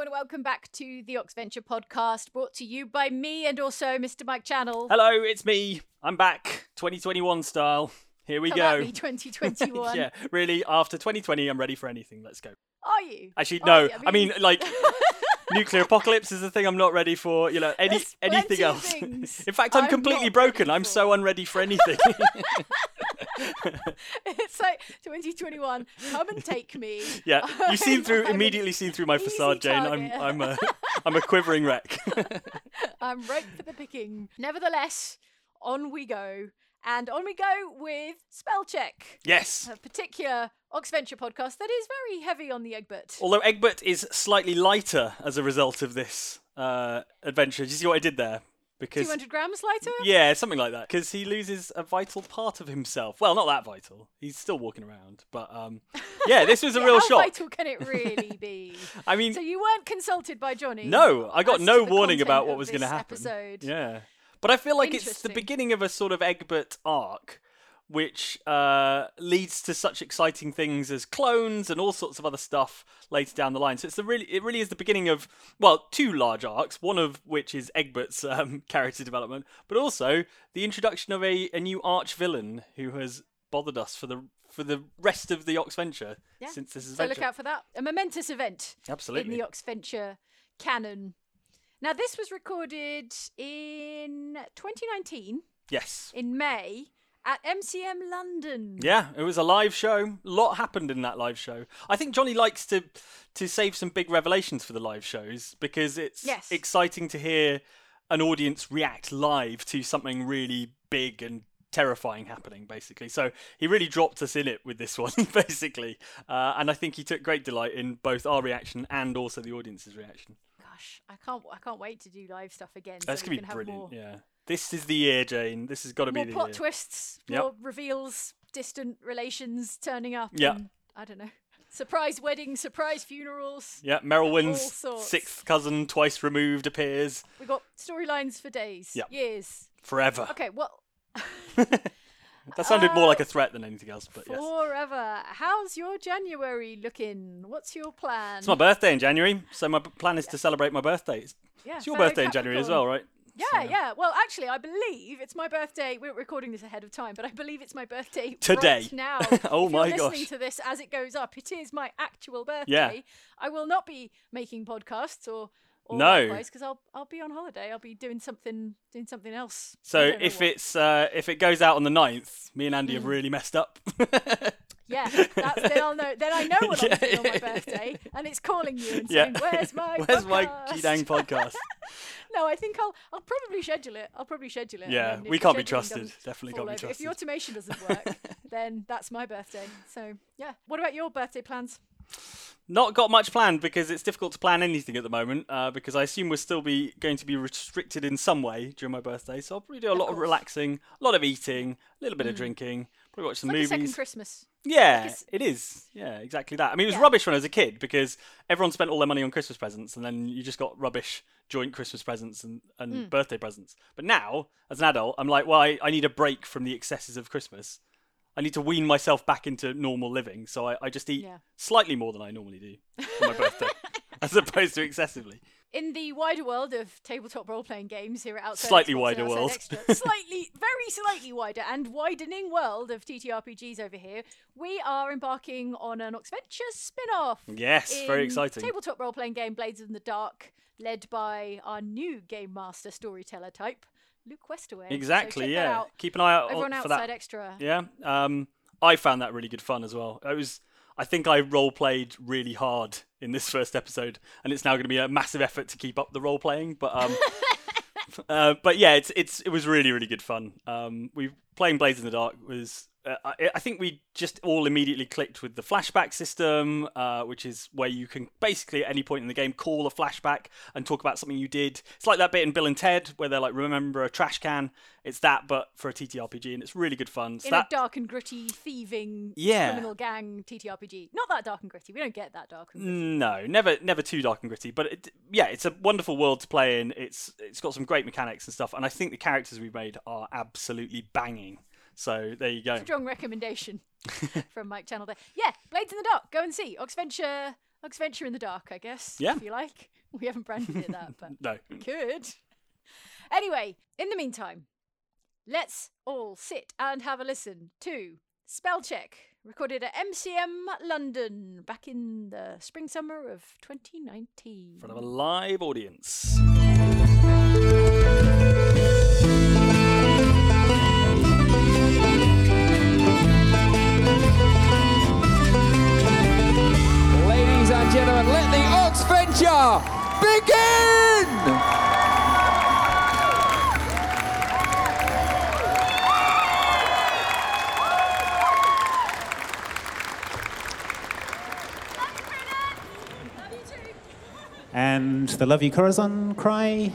and welcome back to the Oxventure podcast, brought to you by me and also Mr. Mike Channel. Hello, it's me. I'm back, 2021 style. Here we Come at me, go. 2021. yeah, really. After 2020, I'm ready for anything. Let's go. Are you? Actually, Oh, no. yeah, I mean, like, nuclear apocalypse is the thing I'm not ready for. You know, any There's anything plenty of else. things In fact, I'm, I'm completely not broken. ready I'm for. so unready for anything. it's like 2021. Come and take me. yeah, you've seen through I'm an- immediately seen through my easy facade, Jane. I'm target. I'm a I'm a quivering wreck. I'm ripe for the picking. Nevertheless, on we go. And on we go with spell check, yes. a particular Oxventure podcast that is very heavy on the Egbert. Although Egbert is slightly lighter as a result of this uh, adventure. Do you see what I did there? Because 200 grams lighter? Yeah, something like that. Because he loses a vital part of himself. Well, not that vital. He's still walking around. But um, yeah, this was a Yeah, real How shock. vital can it really be? I mean, so you weren't consulted by Johnny? no, I as got no to the warning about content what of was going to this happen. Episode. Yeah, but I feel like it's the Interesting. beginning of a sort of Egbert arc, which uh, leads to such exciting things as clones and all sorts of other stuff later down the line. So it's the really, it really is the beginning of well, two large arcs. One of which is Egbert's um, character development, but also the introduction of a, a new arch villain who has bothered us for the for the rest of the Ox Venture Yeah. since this is So look out for that. A momentous event Absolutely. in the Oxventure canon. Now this was recorded in 2019 yes. in May at MCM London. Yeah, it was a live show. A lot happened in that live show. I think Johnny likes to to save some big revelations for the live shows because it's Yes. exciting to hear an audience react live to something really big and terrifying happening basically so he really dropped us in it with this one basically uh, and i think he took great delight in both our reaction and also the audience's reaction Gosh, I can't I can't wait to do live stuff again. that's so gonna we be can have brilliant More, yeah this is the year jane this has got to be more the plot year twists, Yep. more reveals, distant relations turning up. Yeah. and, I don't know. Surprise weddings, surprise funerals. yeah merylwyn's All sorts. sixth cousin twice removed appears We got storylines for days, Yep. years. forever Okay, well, That sounded more like a threat than anything else, but yes. forever. How's your January looking? What's your plan? It's my birthday in January, so my p- plan is to celebrate my birthday. It's, yeah, it's your fellow birthday in January as well, Capricorn. Yeah, right? yeah. Well, actually, I believe it's my birthday. We're recording this ahead of time, but I believe it's my birthday right Today. now. Oh if my you're listening gosh. to this as it goes up, it is my actual birthday. Yeah. I will not be making podcasts or. Or No. because I'll I'll be on holiday. I'll be doing something doing something else. I So don't know if what. Mm. it's uh, if it goes out on the 9th, me and Andy have really messed up. Yeah, that's, then I'll know. Then I know what Yeah. I'm doing on my birthday, and it's calling you and Yeah. saying, "Where's my Where's my podcast?" G-dang podcast? No, I think I'll I'll probably schedule it. I'll probably schedule it. and Yeah, then if we the can't be scheduling trusted. doesn't Definitely fall can't be over- If the trusted. automation doesn't work, then that's my birthday. So yeah. What about your birthday plans? Not got much planned because it's difficult to plan anything at the moment uh, because I assume we're still be going to be restricted in some way during my birthday. So I'll probably do a lot of course. Mm. relaxing, a lot of eating, a little bit of drinking, probably watch some Like a second movies. Christmas. Yeah, it's- it is. Yeah, exactly that. I mean, it was Yeah. rubbish when I was a kid because everyone spent all their money on Christmas presents, and then you just got rubbish joint Christmas presents and, and Hmm. birthday presents. But now, as an adult, I'm like, well, I, I need a break from the excesses of Christmas. I need to wean myself back into normal living, so I, I just eat Yeah. slightly more than I normally do for my birthday, as opposed to excessively. In the wider world of tabletop role playing games here at Outside Slightly Xbox and wider Outside world. Extra, slightly, very slightly wider and widening world of TTRPGs over here, we are embarking on an Oxventure spin off. Yes, Um, very exciting. Tabletop role playing game Blades in the Dark, led by our new game master storyteller type, Luke Westaway. So exactly. check that yeah. out. Keep an eye out Everyone on- for outside that extra. Yeah. Um, I found that really good fun as well. It was. I think I role played really hard in this first episode, and it's now going to be a massive effort to keep up the role playing. But um, uh, but yeah, it's it's it was really really good fun. Um, we playing Blades in the Dark was. Uh, I, I think we just all immediately clicked with the flashback system, uh, which is where you can basically at any point in the game call a flashback and talk about something you did. It's like that bit in Bill and Ted where they're like, "Remember a trash can." It's that, but for a TTRPG, and it's really good fun. So In that a dark and gritty, thieving, Yeah. criminal gang TTRPG. Not that dark and gritty. We don't get that dark and gritty. No, never, never too dark and gritty. But it, yeah, it's a wonderful world to play in. It's it's got some great mechanics and stuff, and I think the characters we've made are absolutely banging. So there you go. Strong recommendation from Mike Channel there. Yeah, Blades in the Dark. Go and see Oxventure. Oxventure in the Dark, I guess. Yeah. If you like. We haven't branded it that, but No. we could. Anyway, in the meantime, let's all sit and have a listen to Spellcheck, recorded at MCM London back in the spring summer of 2019. In front of a live audience. Ladies and gentlemen, let the Oxventure begin! And the Love You Corazon cry.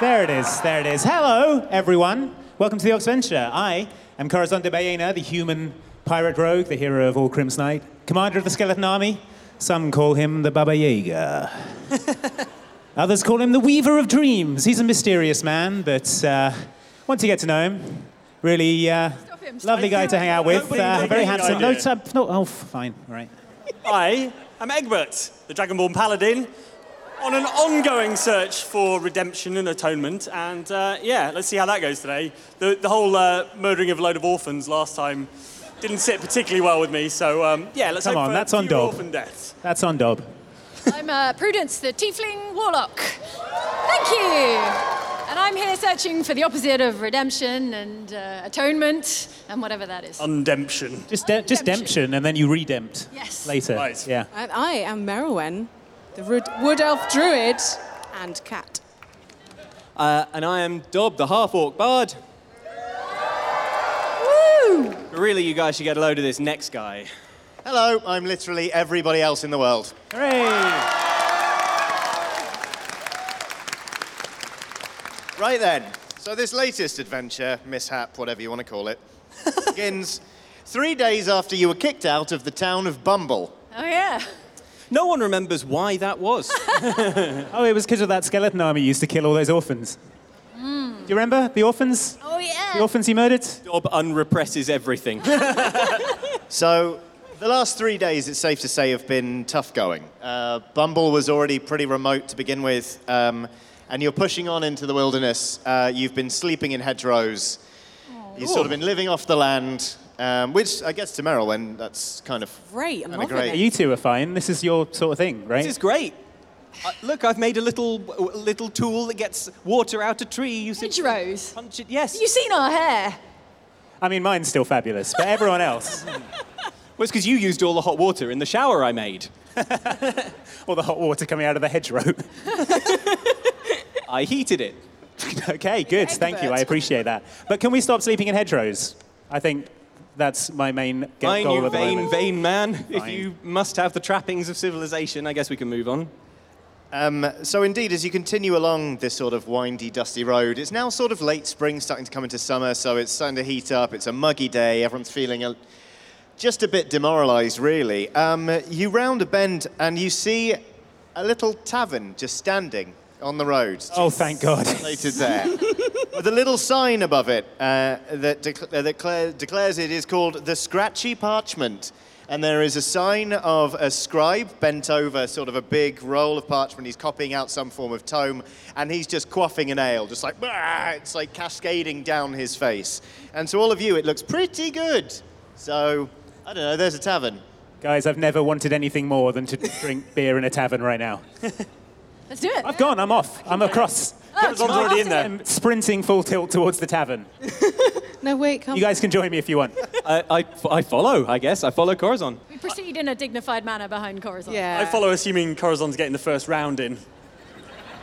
there it is, there it is. Hello, everyone. Welcome to the Oxventure. I am Corazon de Baena, the human pirate rogue, the hero of all Crimson Knight, commander of the Skeleton Army. Some call him the Baba Yaga. Others call him the Weaver of Dreams. He's a mysterious man, but uh, once you get to know him, really uh, Stop him, stop lovely him. guy to hang out with, Nobody- uh, very nobody handsome. No, idea. t- no, oh, fine, all right. I am Egbert, the Dragonborn Paladin, on an ongoing search for redemption and atonement. And uh, yeah, let's see how that goes today. The, the whole uh, murdering of a load of orphans last time didn't sit particularly well with me. So um, yeah, let's Come hope on, for that's on fewer Dob. orphan deaths. That's on Dob. I'm uh, Prudence, the Tiefling Warlock. Thank you. And I'm here searching for the opposite of redemption and uh, atonement and whatever that is. Undemption. Just, de- just demption, and then you redempt. Yes. Later. Right. Yeah. And I am Merwen, the wood, wood elf druid and cat. Uh, and I am Dob, the half orc bard. Woo! Really, you guys should get a load of this next guy. Hello, I'm literally everybody else in the world. Hooray! Right then, so this latest adventure, mishap, whatever you want to call it, begins three days after you were kicked out of the town of Bumble. Oh, yeah. No one remembers why that was. Oh, it was because of that skeleton army used to kill all those orphans. Do you remember the orphans? Oh, yeah. The orphans he murdered? Dob unrepresses everything. So, the last three days, it's safe to say, have been tough going. Uh, Bumble was already pretty remote to begin with, um, and you're pushing on into the wilderness. Uh, you've been sleeping in hedgerows. You've sort of been living off the land, um, which I guess to Merylwen, that's kind of Great, I'm Kinda loving great. it. You two are fine. This is your sort of thing, right? this is great. Uh, look, I've made a little a little tool that gets water out a tree. You sit- Hedgerows. Punch it. Yes. You've seen our hair. I mean, mine's still fabulous, but everyone else, Well, it's because you used all the hot water in the shower I made. all the hot water coming out of the hedgerow. I heated it. okay, good. Thank you. I appreciate that. But can we stop sleeping in hedgerows? I think that's my main g- Fine, goal you at the vain, moment. vain man. If Fine. you must have the trappings of civilization, I guess we can move on. Um, so indeed, as you continue along this sort of windy, dusty road, it's now sort of late spring, starting to come into summer, so it's starting to heat up. It's a muggy day. Everyone's feeling a, just a bit demoralised, really. Um, you round a bend and you see a little tavern just standing on the road, Oh, thank God. translated there, with a little sign above it uh, that, dec- uh, that cla- declares it is called the Scratchy Parchment. And there is a sign of a scribe bent over sort of a big roll of parchment. He's copying out some form of tome, and he's just quaffing an ale, just like, "Bah!" it's like cascading down his face. And to all of you, it looks pretty good. So, I don't know, there's a tavern. Guys, I've never wanted anything more than to drink beer in a tavern right now. Let's do it. I've gone. I'm off. I'm across. Amazon's already in there. I'm sprinting full tilt towards the tavern. No, wait, come You guys can join me if you want. I, I, I follow, I guess. I follow Corazon. We proceed in a dignified manner behind Corazon. Yeah. I follow, assuming Corazon's getting the first round in.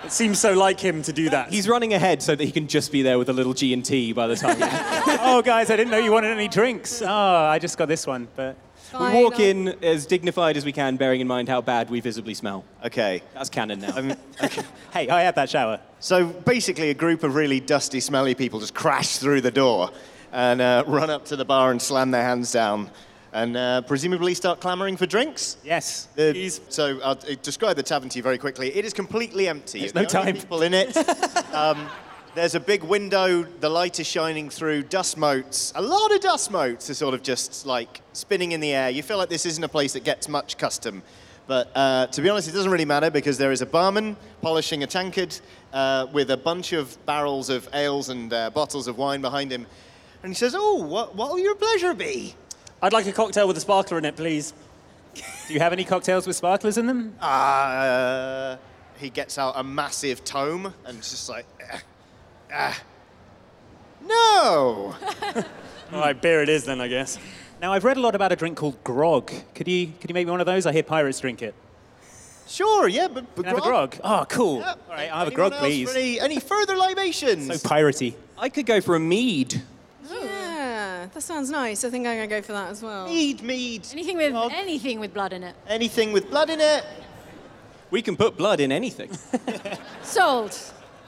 It seems so like him to do that. He's running ahead so that he can just be there with a little G and T by the time. oh, guys, I didn't know you wanted any drinks. Oh, I just got this one, but Fine, we walk I'll- in as dignified as we can, bearing in mind how bad we visibly smell. Okay. That's canon now. Um, hey, I had that shower. So basically, a group of really dusty, smelly people just crash through the door and uh, run up to the bar and slam their hands down and uh, presumably start clamoring for drinks. Yes. The- Jeez. so I'll uh, describe the tavern to you very quickly. It is completely empty. There's no The only time. People in it. Um, there's a big window. The light is shining through. Dust motes. A lot of dust motes are sort of just like spinning in the air. You feel like this isn't a place that gets much custom. But uh, to be honest, it doesn't really matter because there is a barman polishing a tankard uh, with a bunch of barrels of ales and uh, bottles of wine behind him. And he says, Oh, what, what will your pleasure be? I'd like a cocktail with a sparkler in it, please. Do you have any cocktails with sparklers in them? Uh, he gets out a massive tome and it's just like, "Ah, ah, No! All right, beer it is then, I guess. Now, I've read a lot about a drink called grog. Could you, could you make me one of those? I hear pirates drink it. Sure, yeah, but. but Can I have a grog? Oh, cool. Yeah. All right, I'll have a Anyone grog, else for please. Any, any further libations? So piratey. I could go for a mead. Yeah, that sounds nice. I think I'm going to go for that as well. mead, mead. Anything with anything with blood in it. Anything with blood in it. We can put blood in anything. Sold.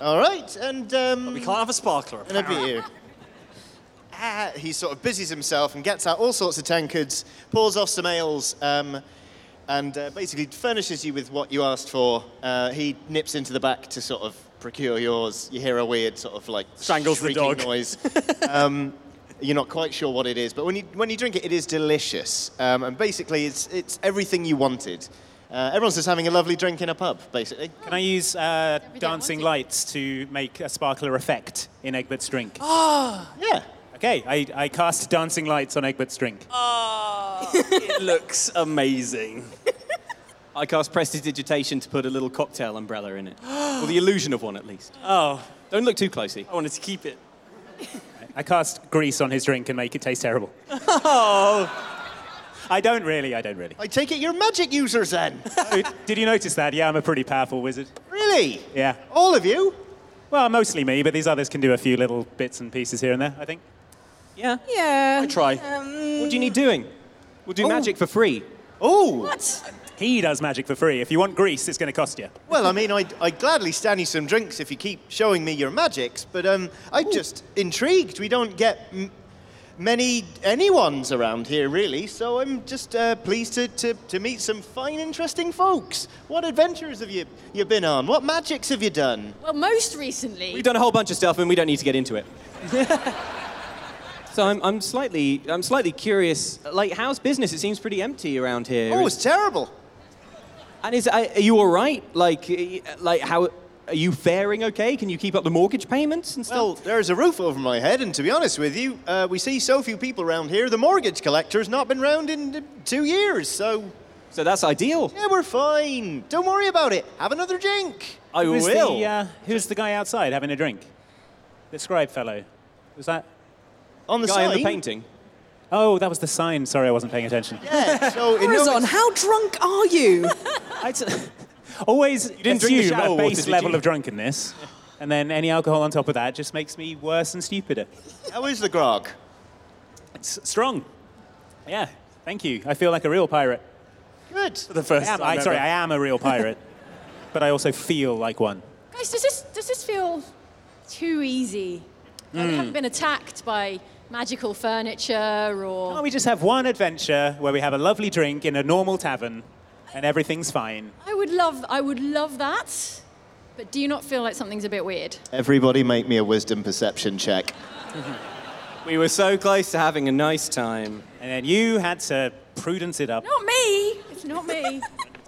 All right, and um, We can't have a sparkler. and a beer. Ah, he sort of busies himself and gets out all sorts of tankards, pours off some ales, um, and uh, basically furnishes you with what you asked for. Uh, he nips into the back to sort of procure yours. You hear a weird sort of like Strangles the shrieking dog. noise. um, you're not quite sure what it is, but when you when you drink it, it is delicious. Um, and basically, it's it's everything you wanted. Uh, everyone's just having a lovely drink in a pub, basically. Can I use uh, day dancing wanted. lights to make a sparkler effect in Egbert's drink? Yeah. Okay, I, I cast dancing lights on Egbert's drink. It looks amazing. I cast prestidigitation to put a little cocktail umbrella in it. or the illusion of one, at least. Oh, Don't look too closely. I wanted to keep it. I cast grease on his drink and make it taste terrible. I don't really, I don't really. I take it you're magic users then. Oh, Did you notice that? Yeah, I'm a pretty powerful wizard. really? Yeah. All of you? Well, mostly me, but these others can do a few little bits and pieces here and there, I think. Yeah. Yeah. I try. Um, What do you need doing? We'll do Oh. magic for free. Oh. He does magic for free. If you want grease, it's going to cost you. Well, I mean, I'd, I'd gladly stand you some drinks if you keep showing me your magics, but um, I'm just intrigued. We don't get m- many anyone's around here, really, so I'm just uh, pleased to, to, to meet some fine, interesting folks. What adventures have you, you been on? What magics have you done? Well, most recently. We've done a whole bunch of stuff and we don't need to get into it. so I'm, I'm slightly I'm slightly curious. Like, how's business? It seems pretty empty around here. Oh, it's terrible. and is are you all right? Like, eh, like how are you faring? Okay? Can you keep up the mortgage payments and stuff? Well, there's a roof over my head, and to be honest with you, uh, we see so few people around here. The mortgage collector's not been round in uh, two years, so so that's ideal. yeah, we're fine. Don't worry about it. Have another drink. I Who's will. The, uh, who's the guy outside having a drink? The scribe fellow. Was that? On the guy in sign. the painting. Oh, that was the sign. Sorry, I wasn't paying attention. Yeah, so in no- Corazon, how drunk are you? I t- always didn't drink the assume shower a water, base did level you? of drunkenness, and then any alcohol on top of that just makes me worse and stupider. How is the grog? It's strong. Yeah, thank you. I feel like a real pirate. Good. The first I am, time I, ever. sorry, I am a real pirate, but I also feel like one. Guys, does this does this feel too easy? Like we haven't been attacked by magical furniture or. Can't we just have one adventure where we have a lovely drink in a normal tavern and everything's fine? I would love I would love that. But do you not feel like something's a bit weird? Everybody make me a wisdom perception check. We were so close to having a nice time. And then you had to prudence it up. Not me. It's not me.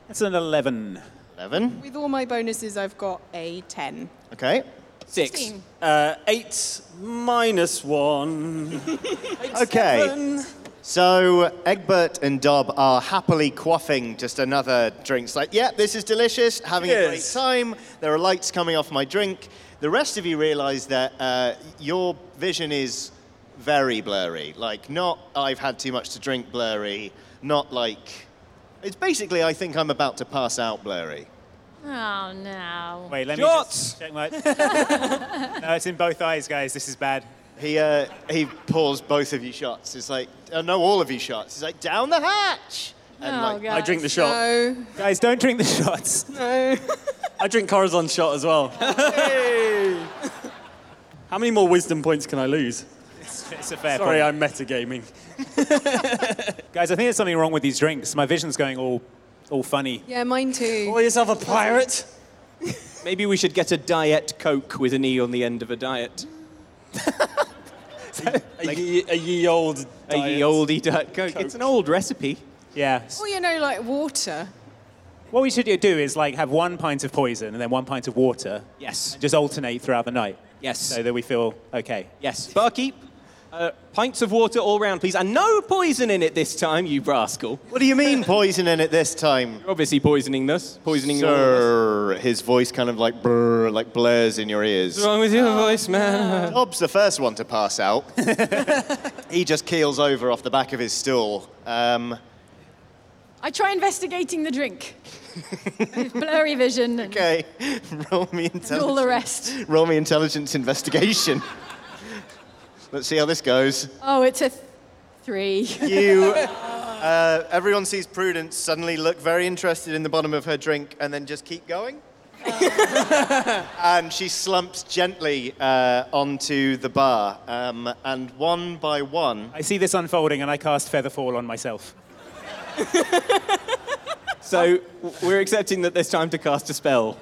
That's an 11. 11. With all my bonuses, I've got a 10. Okay. Six. Uh, eight minus one. Okay. Seven. So Egbert and Dob are happily quaffing just another drink. It's like, yeah, this is delicious, having a great Yes. time. There are lights coming off my drink. The rest of you realize that uh, your vision is very blurry. Like, not I've had too much to drink blurry, not like. It's basically, I think I'm about to pass out blurry. Oh no. Wait, let Shots! me just check my. no, it's in both eyes, guys. This is bad. He uh, he pours both of you shots. It's like uh, no, all of you shots. He's like down the hatch. And Oh, like, God. I drink the shot. No, Guys, don't drink the shots. no. I drink Corazon's shot as well. How many more wisdom points can I lose? It's a fair Sorry, point. I'm metagaming. Guys, I think there's something wrong with these drinks. My vision's going all, all funny. Yeah, mine too. Call yourself a pirate? Maybe we should get a diet coke with an e on the end of a diet. A, ye, a ye old. A ye diet. olde diet coke. It's an old recipe. Yeah. s- Or, you know, like water. What we should do is like have one pint of poison and then one pint of water. Yes. And just alternate throughout the night. Yes. So that we feel okay. Yes. Barkeep, uh, pints of water all round, please. And no poison in it this time, you rascal. What do you mean poison in it this time? You're obviously poisoning us. Poisoning all of us. Sir, his voice kind of like brr, like blares in your ears. What's wrong with your voice, man? Bob's the first one to pass out. he just keels over off the back of his stool. Um, I try investigating the drink. With blurry vision and okay, roll me all the intelligence. rest. Roll me intelligence investigation. Let's see how this goes. Oh, it's a th- three. You. Uh, everyone sees Prudence suddenly look very interested in the bottom of her drink and then just keep going. and she slumps gently uh, onto the bar. Um, and one by one, I see this unfolding and I cast feather fall on myself. So w- we're accepting that there's time to cast a spell.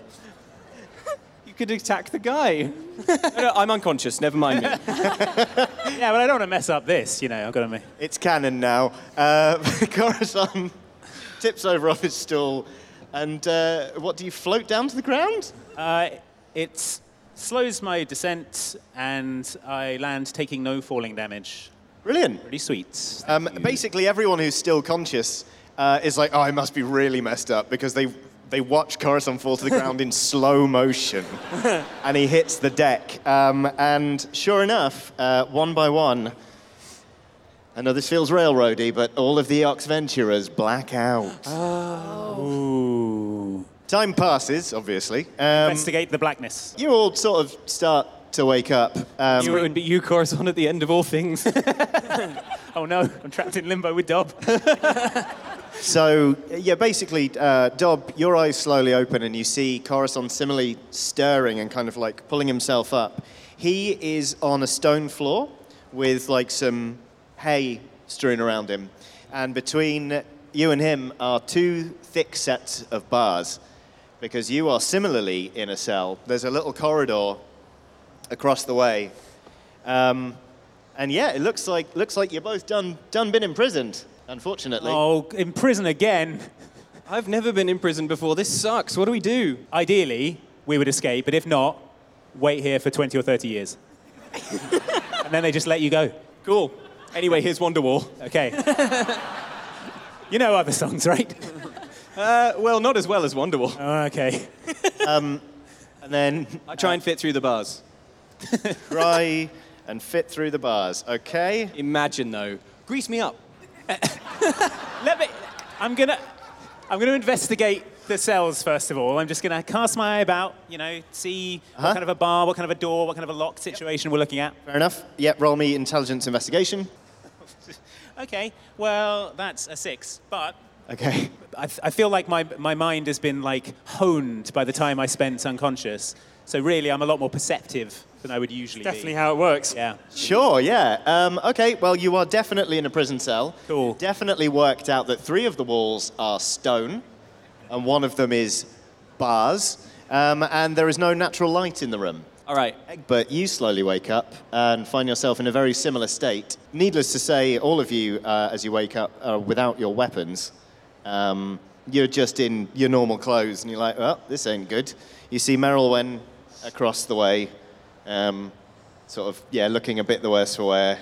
You could attack the guy. no, no, I'm unconscious. Never mind me. Yeah, but I don't want to mess up this, you know. I've got to make. It's canon now. Uh, Corazon tips over off his stool, and uh, what do you float down to the ground? Uh, it slows my descent and I land taking no falling damage. Brilliant. Pretty sweet. Um, basically, everyone who's still conscious uh, is like, "Oh, I must be really messed up," because they they watch Corazon fall to the ground in slow motion, and he hits the deck. Um, and sure enough, uh, one by one. I know this feels railroady, but all of the Ox Venturers black out. Ooh. Time passes, obviously. Um, Investigate the blackness. you all sort of start to wake up. Um, You would be you, Corazon, at the end of all things. Oh no, I'm trapped in limbo with Dob. so, yeah, basically, uh, Dob, your eyes slowly open and you see Coruscant similarly stirring and kind of like pulling himself up. He is on a stone floor with like some hay strewn around him. And between you and him are two thick sets of bars because you are similarly in a cell. There's a little corridor across the way. Um, and yeah, it looks like looks like you're both done done been imprisoned, unfortunately. oh, in prison again. I've never been in prison before. This sucks. What do we do? Ideally, we would escape, but if not, wait here for 20 or 30 years. and then they just let you go. Cool. Anyway, here's Wonderwall. Okay. you know other songs, right? Uh, well, not as well as Wonderwall. Oh, okay. And then I try and fit through the bars. cry and fit through the bars. Okay. Imagine though. Grease me up. Let me. I'm gonna. I'm gonna investigate the cells first of all. I'm just gonna cast my eye about. You know, see what kind of a bar, what kind of a door, what kind of a locked situation we're looking at. Fair enough. Yep, roll me intelligence investigation. Okay. Well, that's a six, but. Okay. I, I feel like my, my mind has been like honed by the time I spent unconscious. So really, I'm a lot more perceptive than I would usually Definitely be. how it works. Yeah. Sure, yeah. Um, okay, well, you are definitely in a prison cell. Cool. Definitely worked out that three of the walls are stone, and one of them is bars, um, and there is no natural light in the room. All right. But you slowly wake up and find yourself in a very similar state. Needless to say, all of you, uh, as you wake up, are without your weapons. Um, you're just in your normal clothes, and you're like, well, this ain't good. You see Merylwen across the way, um, sort of, yeah, looking a bit the worse for wear,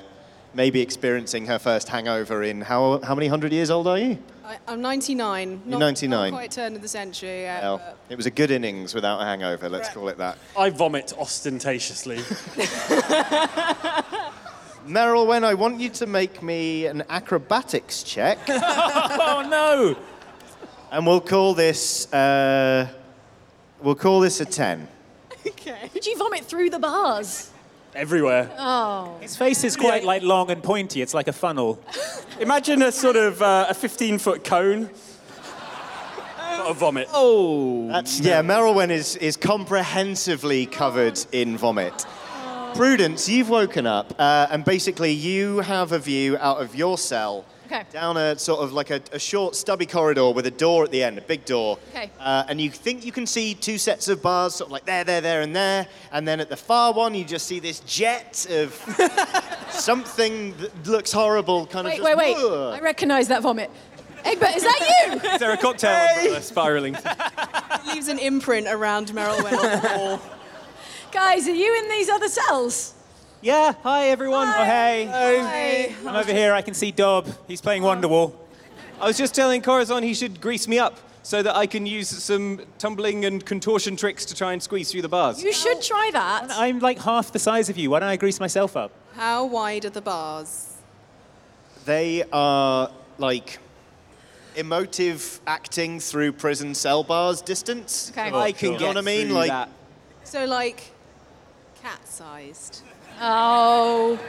maybe experiencing her first hangover in how, how many hundred years old are you? I, I'm 99. Not, 99. Not quite turn of the century yet. Well, it was a good innings without a hangover, let's call it that. I vomit ostentatiously. Meryl, when I want you to make me an acrobatics check. Oh no! And we'll call this uh, we'll call this a ten. but- okay. Did you vomit through the bars? Everywhere. His face is quite like long and pointy. It's like a funnel. Imagine a sort of uh, a 15 foot cone. Got a vomit. That's yeah. Merylwen is is comprehensively covered in vomit. Prudence, you've woken up, uh, and basically you have a view out of your cell Okay. down a sort of like a, a short, stubby corridor with a door at the end, a big door. Okay. Uh, and you think you can see two sets of bars, sort of like there, there, there, and there. And then at the far one, you just see this jet of something that looks horrible, kind Wait, of just. wait, wait. Ugh. I recognise that vomit. Egbert, is that you? Is there a cocktail umbrella spiraling? leaves an imprint around Merylwen. Guys, are you in these other cells? yeah, hi everyone. Oh, hey. Hey. I'm over here. I can see Dob. He's playing Wonderwall. I was just telling Corazon he should grease me up so that I can use some tumbling and contortion tricks to try and squeeze through the bars. You should try that. I'm like half the size of you. Why don't I grease myself up? How wide are the bars? They are like emotive acting through prison cell bars distance. Okay. I can Sure. get what I mean? through Like that. So like cat-sized. Oh,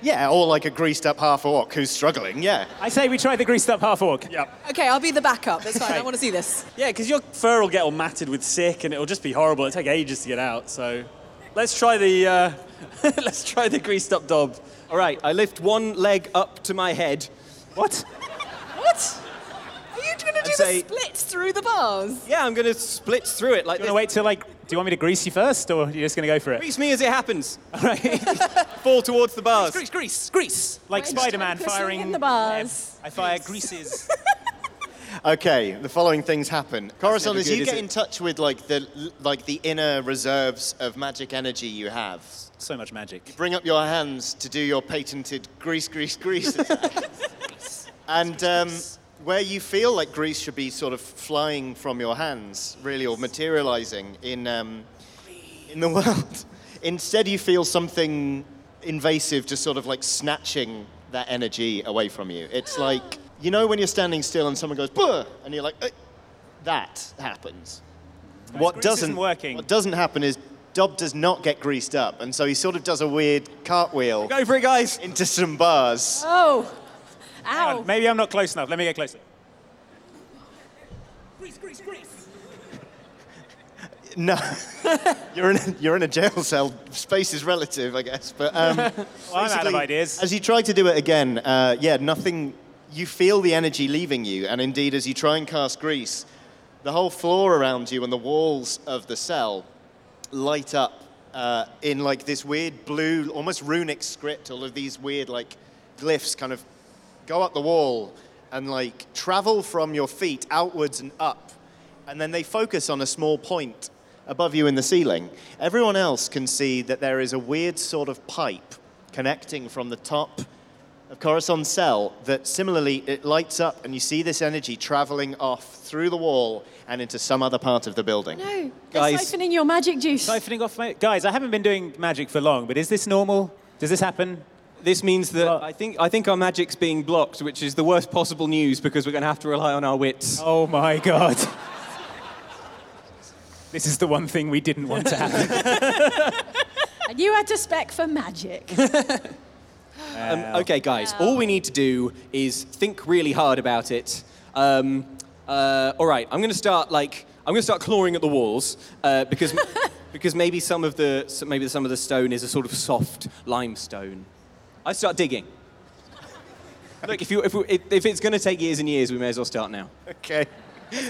yeah, or like a greased up half orc who's struggling. Yeah. I say we try the greased up half orc. Okay, I'll be the backup. That's fine. I want to see this. Yeah, because your fur will get all matted with sick, and it'll just be horrible. It'll take ages to get out. So, let's try the uh, let's try the greased up dob. All right, I lift one leg up to my head. What? What? Are you going to do say- the splits through the bars? Yeah, I'm gonna split through it like You want this. to wait till like? Do you want me to grease you first, or you're just gonna go for it? Grease me as it happens. All right. Fall towards the bars. grease, grease! Like Grease. Spider-Man Greasing firing in the bars. web. I fire greases. Okay, the following things happen. Corazon, never as good, you is get it? in touch with like the like the inner reserves of magic energy you have, so much magic. bring up your hands to do your patented grease, grease, grease. attack. and um, where you feel like grease should be sort of flying from your hands, really, or materializing in um, in the world, instead you feel something invasive, just sort of like snatching that energy away from you. It's like you know when you're standing still and someone goes "Bleh," and you're like, "Eh," that happens. What grease isn't doesn't working. What doesn't happen is Dob does not get greased up, and so he sort of does a weird cartwheel Go for it, guys. into some bars. Uh. oh, Hang ow. on, Maybe I'm not close enough. Let me get closer. No, you're in a, you're in a jail cell. Space is relative, I guess. But um, Well, I'm out of basically, ideas. As you try to do it again, uh, yeah, nothing. You feel the energy leaving you, and indeed, as you try and cast grease, the whole floor around you and the walls of the cell light up uh, in like this weird blue, almost runic script. All of these weird like glyphs kind of go up the wall and like travel from your feet outwards and up, and then they focus on a small point above you in the ceiling. Everyone else can see that there is a weird sort of pipe connecting from the top of Coruscant's cell that similarly it lights up and you see this energy traveling off through the wall and into some other part of the building. No, they're Guys. siphoning your magic juice. Siphoning off my guys. I haven't been doing magic for long, but is this normal? Does this happen? This means that Well- I think I think our magic's being blocked, which is the worst possible news because we're gonna have to rely on our wits. Oh my god. This is the one thing we didn't want to happen. And you had to spec for magic. Um, okay, guys, all we need to do is think really hard about it. Um, uh, all right, I'm going to start like I'm going to start clawing at the walls uh, because because maybe some of the so- maybe some of the stone is a sort of soft limestone. I start digging. Look, if you if, we, if, if it's going to take years and years, we may as well start now. Okay.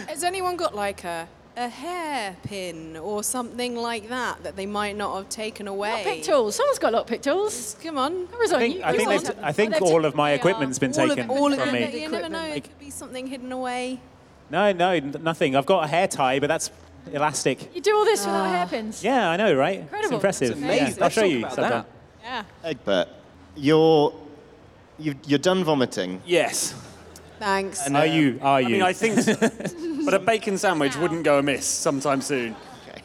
Has anyone got like a a hairpin or something like that that they might not have taken away? Lockpick tools. Someone's got lockpick tools. Come on. That was on I think, you. I think, Yours. they've- I think Oh, they've all t- of my they are. equipment's been All of- taken all of from it. me. You never know. Like- It could be something hidden away. No, no, n- nothing. I've got a hair tie, but that's elastic. You do all this without hairpins. Yeah, I know, right? It's Incredible. impressive. That's Yeah, amazing. I'll Let's show talk you about sometime. that. Yeah. Egbert, you're you, you're done vomiting. Yes. Thanks. Are you? Are you? I mean, I think, so. but a bacon sandwich wouldn't go amiss sometime soon. Okay.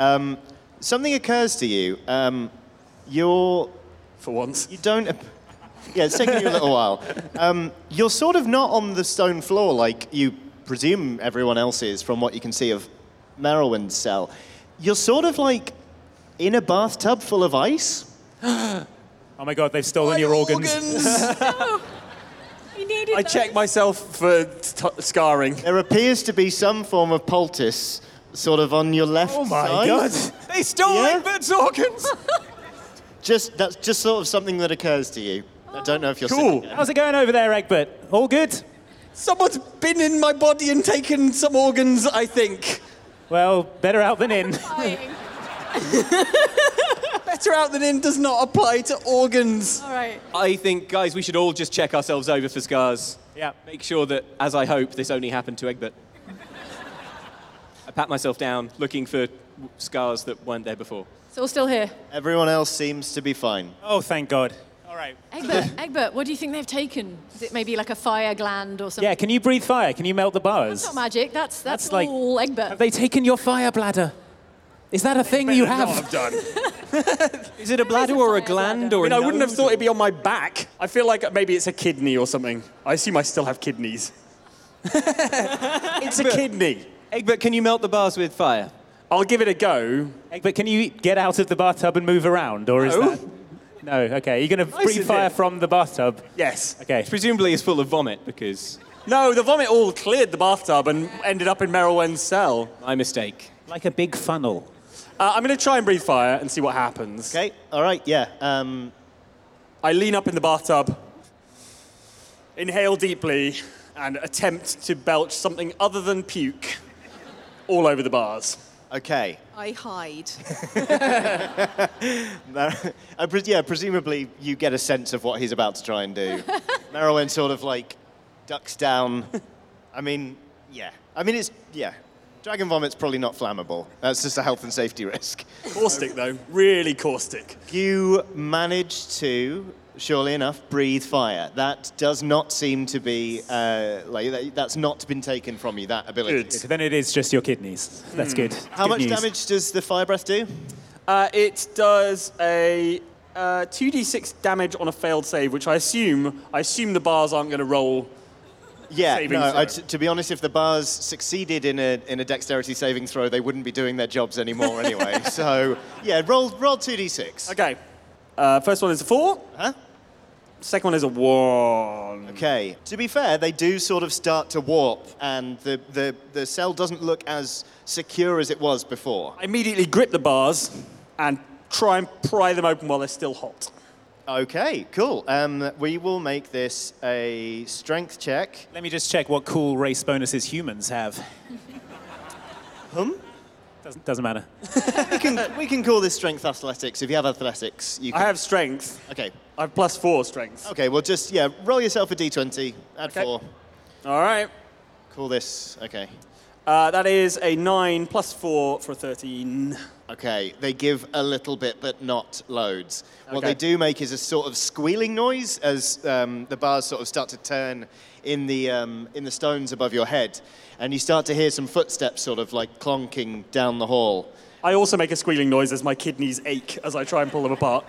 Um, something occurs to you. Um, you're For once. you don't. Yeah, it's taken you a little while. Um, you're sort of not on the stone floor like you presume everyone else is from what you can see of Merylwyn's cell. You're sort of like in a bathtub full of ice. oh my god, they've stolen your organs. You needed I those. check myself for t- scarring. There appears to be some form of poultice sort of on your left Oh my side. god. They stole Yeah? Egbert's organs. Just that's just sort of something that occurs to you. I don't know if you're Cool. seeing it. How's it going over there, Egbert? All good? Someone's been in my body and taken some organs. I think Well, better out than in. better out than in does not apply to organs. All right. I think, guys, we should all just check ourselves over for scars. Yeah. Make sure that, as I hope, this only happened to Egbert. I pat myself down, looking for w- scars that weren't there before. It's all still here. Everyone else seems to be fine. Oh, thank God. All right. Egbert, Egbert, what do you think they've taken? Is it maybe like a fire gland or something? Yeah, can you breathe fire? Can you melt the bars? That's not magic. That's that's, That's like- all Egbert. Have they taken your fire bladder? Is that a thing you Better not have? done. Is it a bladder or a gland or I mean, a I wouldn't have nose thought or- it'd be on my back. I feel like maybe it's a kidney or something. I assume I still have kidneys. it's a kidney. Egbert, can you melt the bars with fire? I'll give it a go. But can you get out of the bathtub and move around, or is No. that? No. Okay. You're gonna Nice, breathe isn't fire it? from the bathtub. Yes. Okay. Presumably it's full of vomit because No, the vomit all cleared the bathtub and ended up in Merylwen's cell. my mistake. Like a big funnel. Uh, I'm going to try and breathe fire and see what happens. Okay, all right, yeah. Um, I lean up in the bathtub, inhale deeply, and attempt to belch something other than puke all over the bars. okay. I hide. Mar- I pres- Uh, yeah, presumably you get a sense of what he's about to try and do. Merowyn sort of like ducks down. I mean, yeah. I mean, it's, yeah. Dragon vomit's probably not flammable. That's just a health and safety risk. Caustic, though, really caustic. You manage to, surely enough, breathe fire. That does not seem to be, uh, like, that, that's not been taken from you, that ability. Good. Then it is just your kidneys. That's good. How Good much news. damage does the fire breath do? Uh, it does a uh, 2d6 damage on a failed save, which I assume I assume the bars aren't going to roll. Yeah, saving no. I, throw. t- to be honest, if the bars succeeded in a in a dexterity saving throw, they wouldn't be doing their jobs anymore anyway. so yeah, roll roll two d six. Okay. Uh, first one is a four. Huh? Second one is a one. Okay. To be fair, they do sort of start to warp, and the, the, the cell doesn't look as secure as it was before. I immediately grip the bars and try and pry them open while they're still hot. Okay, cool. Um, we will make this a strength check. Let me just check what cool race bonuses humans have. Hmm? Doesn't, doesn't matter. We can we can call this strength athletics. If you have athletics, you can. I have strength. Okay. I have plus four strength. Okay. Well, just yeah, roll yourself a d twenty. Add Okay. four. All right. Call this. Okay. Uh, that is a nine plus four for a 13. Okay, they give a little bit, but not loads. What Okay. they do make is a sort of squealing noise as um, the bars sort of start to turn in the um, in the stones above your head, and you start to hear some footsteps sort of like clonking down the hall. I also make a squealing noise as my kidneys ache as I try and pull them apart.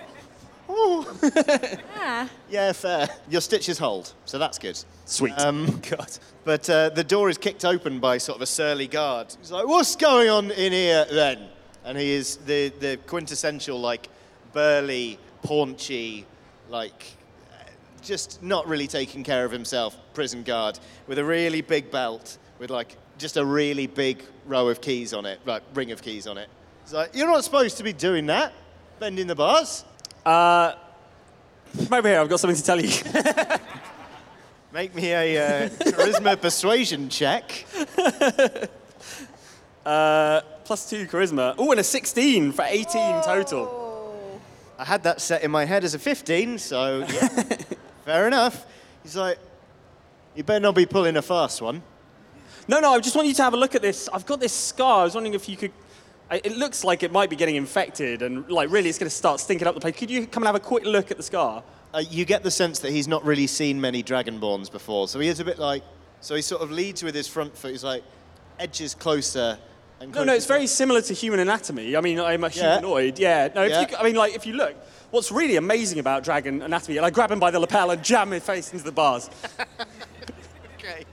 Yeah, fair. Your stitches hold, so that's good. Sweet. Um, God. But uh, the door is kicked open by sort of a surly guard. He's like, "What's going on in here then?" And he is the the quintessential like burly, paunchy, like uh, just not really taking care of himself prison guard with a really big belt with like just a really big row of keys on it, like ring of keys on it. He's like, "You're not supposed to be doing that, bending the bars." Come over here, I've got something to tell you. Make me a uh, charisma persuasion check. plus two charisma. Oh, and a 16 for 18 total. I had that set in my head as a 15, so yeah, fair enough. He's like, you better not be pulling a fast one. No, no, I just want you to have a look at this. I've got this scar. I was wondering if you could. I- It looks like it might be getting infected, and like really, it's going to start stinking up the place. Could you come and have a quick look at the scar? Uh, you get the sense that he's not really seen many Dragonborns before, so he is a bit like, so he sort of leads with his front foot. He's like, edges closer and No, closer. no, it's very similar to human anatomy. I mean, I'm a Yeah. humanoid. Yeah. No, if Yeah. you c I I mean, like, if you look, what's really amazing about dragon anatomy, and I grab him by the lapel and jam his face into the bars. Okay.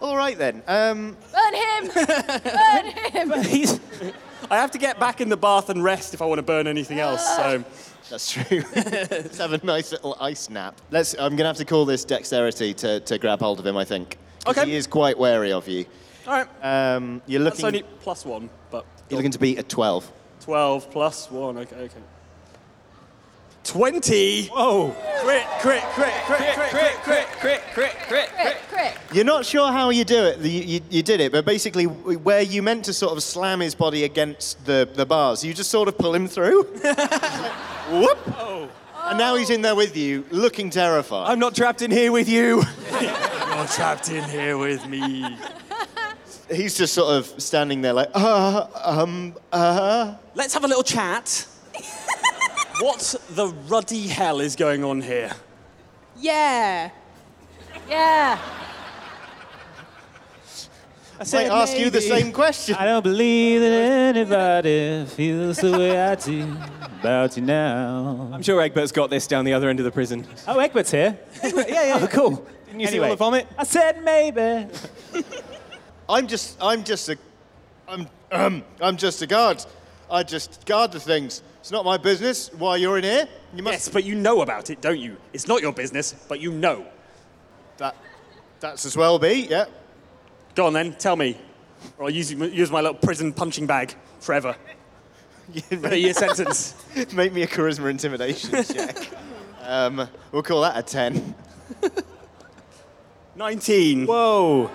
All right then. Um, Burn him! He's- I have to get back in the bath and rest if I want to burn anything else. So, that's true. Let's have a nice little ice nap. Let's. I'm gonna have to call this dexterity to, to grab hold of him. I think. 'Cause Okay. He is quite wary of you. all right. Um, you're That's looking. only plus one, but You're looking to beat a 12. 12 plus one. Okay, okay. 20! oh. Crit, crit, crit, crit, crit, crit, crit. Crit, crit. You're not sure how you do it. You, you, you did it, but basically, w- where you meant to sort of slam his body against the, the bars, you just sort of pull him through. Whoop! And now he's in there with you, looking terrified. I'm not trapped in here with you. You're trapped in here with me. He's just sort of standing there like, uh, um, uh. Let's have a little chat. what the ruddy hell is going on here? Yeah. Yeah. I They ask you the same question. I don't believe that anybody feels the way I do about you now. I'm sure Egbert's got this down the other end of the prison. Oh, Egbert's here. Oh, yeah, yeah. Cool. Didn't you see all the vomit? I said maybe. I'm just, I'm just a, I'm, um, I'm just a guard. I just guard the things. It's not my business why you're in here. You must. Yes, but you know about it, don't you? It's not your business, but you know. That, that's as well be. Yeah. Go on then, tell me. Or I'll use, use my little prison punching bag forever. A year sentence. Make me a charisma intimidation check. um, we'll call that a ten. 19. Whoa.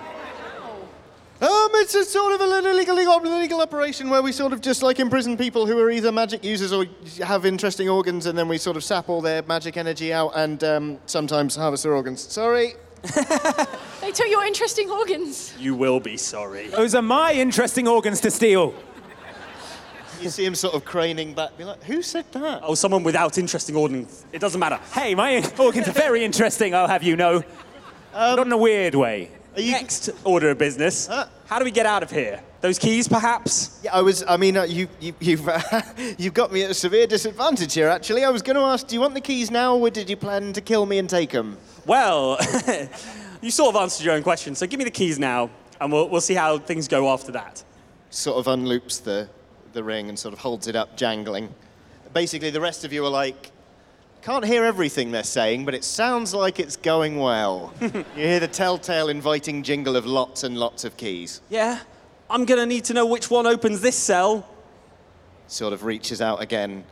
Um, it's a sort of a little illegal, illegal, illegal operation where we sort of just like imprison people who are either magic users or have interesting organs, and then we sort of sap all their magic energy out and um, sometimes harvest their organs. Sorry. They took your interesting organs. You will be sorry. Those are my interesting organs to steal. You see him sort of craning back, be like, "Who said that?" Oh, someone without interesting organs. It doesn't matter. Hey, my organs are very interesting, I'll have you know. Um, Not in a weird way. Are you, Next order of business. How do we get out of here? Those keys, perhaps? Yeah, I was. I mean, uh, you, you, you've, uh, you've got me at a severe disadvantage here. Actually, I was going to ask, do you want the keys now, or did you plan to kill me and take them? Well, you sort of answered your own question, so give me the keys now, and we'll, we'll see how things go after that. Sort of unloops the, the ring and sort of holds it up, jangling. Basically, the rest of you are like, can't hear everything they're saying, but it sounds like it's going well. you hear the telltale inviting jingle of lots and lots of keys. Yeah? I'm gonna need to know which one opens this cell. Sort of reaches out again.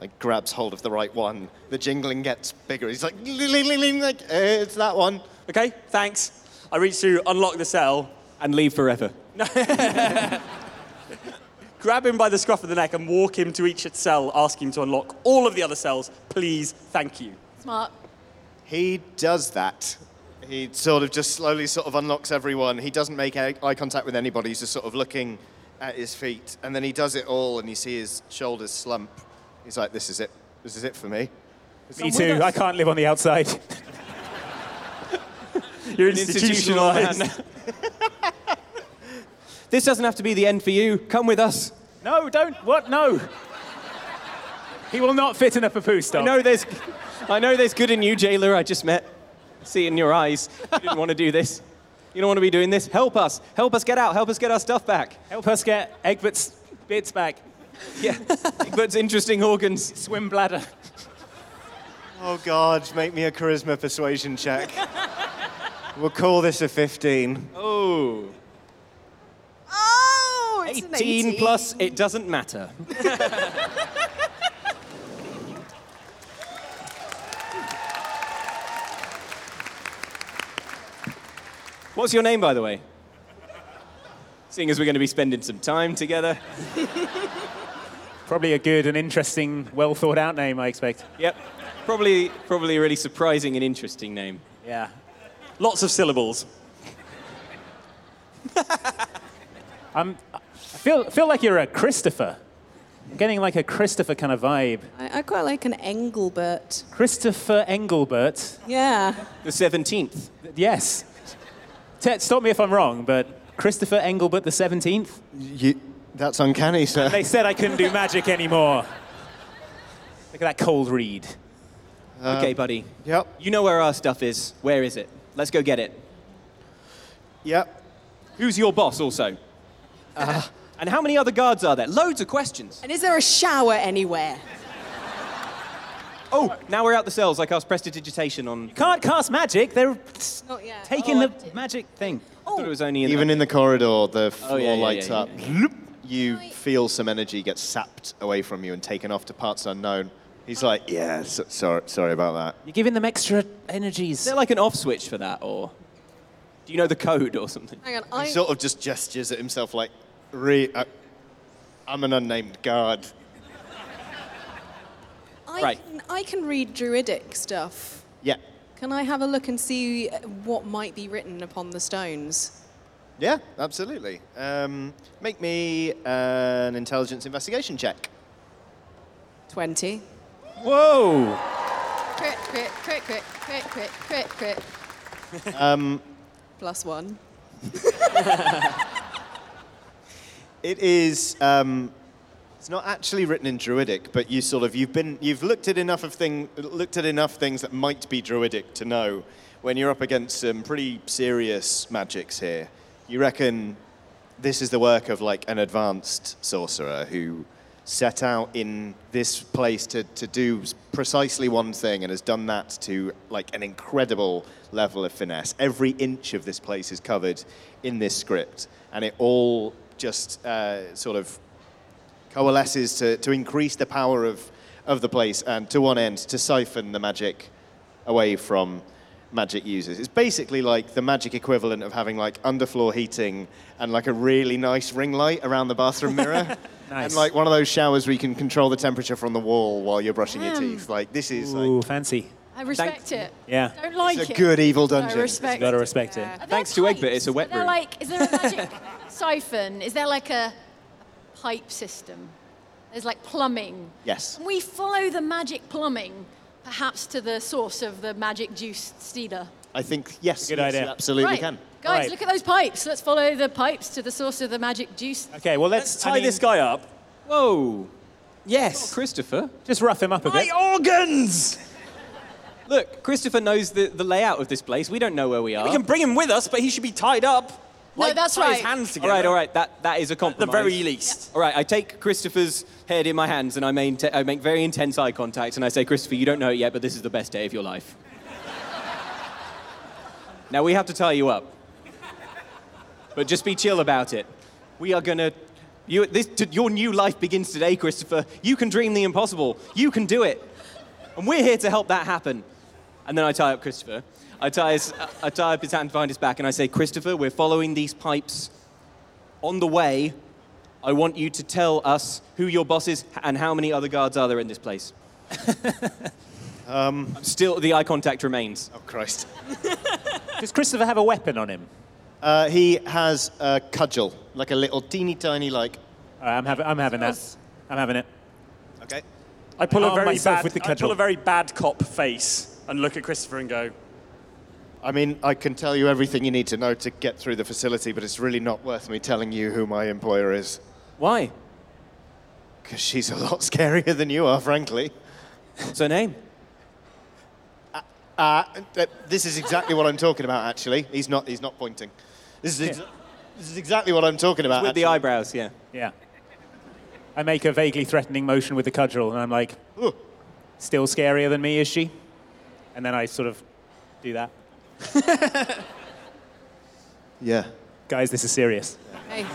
Like grabs hold of the right one. The jingling gets bigger. He's like, like "Eh, it's that one. Okay, thanks. I reach to unlock the cell, And leave forever. grab him by the scruff of the neck, and walk him to each cell, ask him to unlock all of the other cells. Please, thank you. Smart. He does that. He sort of just slowly sort of unlocks everyone. He doesn't make eye eye contact with anybody. He's just sort of looking at his feet. And then he does it all and you see his shoulders slump. He's like, this is it. This is it for me. Me too, I can't live on the outside. You're this doesn't have to be the end for you. Come with us. No, don't, what, no. He will not fit in a poo I stop. know there's, I know there's good in you, jailer. I just met. See it in your eyes. You didn't want to do this. You don't want to be doing this. Help us. Help us get out. Help us get our stuff back. Help us get Egbert's bits back. Yeah. Egbert's interesting organs. Swim bladder. Oh, God, make me a charisma persuasion check. we'll call this a 15. Oh. Oh, it's 18, an 18 plus. It doesn't matter. What's your name, by the way? Seeing as we're going to be spending some time together. Probably a good and interesting, well thought out name, I expect. Yep. Probably, probably a really surprising and interesting name. Yeah. Lots of syllables. I feel, feel like you're a Christopher. I'm getting like a Christopher kind of vibe. I, I quite like an Engelbert. Christopher Engelbert. Yeah. The 17th. Yes. Ted, stop me if I'm wrong, but Christopher Engelbert the 17th, You, that's uncanny, sir. they said I couldn't do magic anymore. Look at that cold read. okay, buddy. Yep, You know where our stuff is. Where is it? Let's go get it. yep. Who's your boss, also? and how many other guards are there? Loads of questions. And is there a shower anywhere? Oh, now we're out the cells. I cast prestidigitation on. Can't cast magic, they're Not yet. taking Oh, the magic thing. I thought it was only in Even the- in the corridor, the floor Oh, yeah, yeah, lights yeah, up. Bloop. You feel some energy get sapped away from you and taken off to parts unknown. He's like, yeah, so, sorry, sorry about that. You're giving them extra energies. Is there like an off switch for that, or do you know the code or something? Hang on. He I, sort of just gestures at himself like, uh, re- I, I'm an unnamed guard. I, Right. can, I can read druidic stuff. Yeah. Can I have a look and see what might be written upon the stones? Yeah, absolutely. Um, make me an intelligence investigation check. 20. Whoa! Crit, crit, crit, crit, crit, crit, crit, crit. Um, Plus one. It is. Um, it's not actually written in Druidic, but you sort of you've been you've looked at enough of thing looked at enough things that might be Druidic to know when you're up against some pretty serious magics here. You reckon this is the work of like an advanced sorcerer who set out in this place to, to do precisely one thing and has done that to like an incredible level of finesse. Every inch of this place is covered in this script, and it all just uh, sort of coalesces to, to increase the power of, of the place and to one end to siphon the magic away from magic users. It's basically like the magic equivalent of having like underfloor heating and like a really nice ring light around the bathroom mirror. And like one of those showers where you can control the temperature from the wall while you're brushing your teeth. Like this is Ooh, like fancy. I respect it. Yeah. Don't like it's a it. good evil but dungeon. I respect Gotta it. respect it. Are there Thanks to Egbert, pipes? it's a wet Are there room. Like, is there a magic siphon? Is there like a pipe system? There's like plumbing. Yes. We follow the magic plumbing, perhaps to the source of the magic juice stealer. I think yes, Good yes, idea. you absolutely right. can. Guys, Right. look at those pipes. Let's follow the pipes to the source of the magic juice. Okay, well, let's, Let's I tie mean, this guy up. Whoa! Yes. Christopher. Just rough him up a bit. My organs! Look, Christopher knows the, the layout of this place. We don't know where we are. We can bring him with us, but he should be tied up. No, Like, that's tie right. His hands all together. right, all right. That that is a At the compromise. very least. All right, I take Christopher's head in my hands and I, maintain, I make very intense eye contact and I say, Christopher, you don't know it yet, but this is the best day of your life. now we have to tie you up, but just be chill about it. We are gonna. You, this, t- your new life begins today, Christopher. You can dream the impossible. You can do it, and we're here to help that happen. And then I tie up Christopher. I tie, his, I tie up his hand behind his back and I say, Christopher, we're following these pipes. On the way, I want you to tell us who your boss is and how many other guards are there in this place. um, Still, the eye contact remains. Oh Christ. Does Christopher have a weapon on him? Uh, he has a cudgel, like a little teeny tiny like. All right, I'm, having. I'm having that. I'm having it. Okay. I pull a Arm very myself Oh, bad, with the I pull cudgel. a very bad cop face and look at Christopher and go, I mean, I can tell you everything you need to know to get through the facility, but it's really not worth me telling you who my employer is. Why? Because she's a lot scarier than you are, frankly. What's her name? Uh, th- this is exactly what I'm talking about, actually. He's not, he's not pointing. This is, ex- this is exactly what I'm talking about. With the Uh, actually. eyebrows, yeah. Yeah. I make a vaguely threatening motion with the cudgel, and I'm like, Ooh. still scarier than me, is she? And then I sort of do that. Yeah. Guys, this is serious. Hey,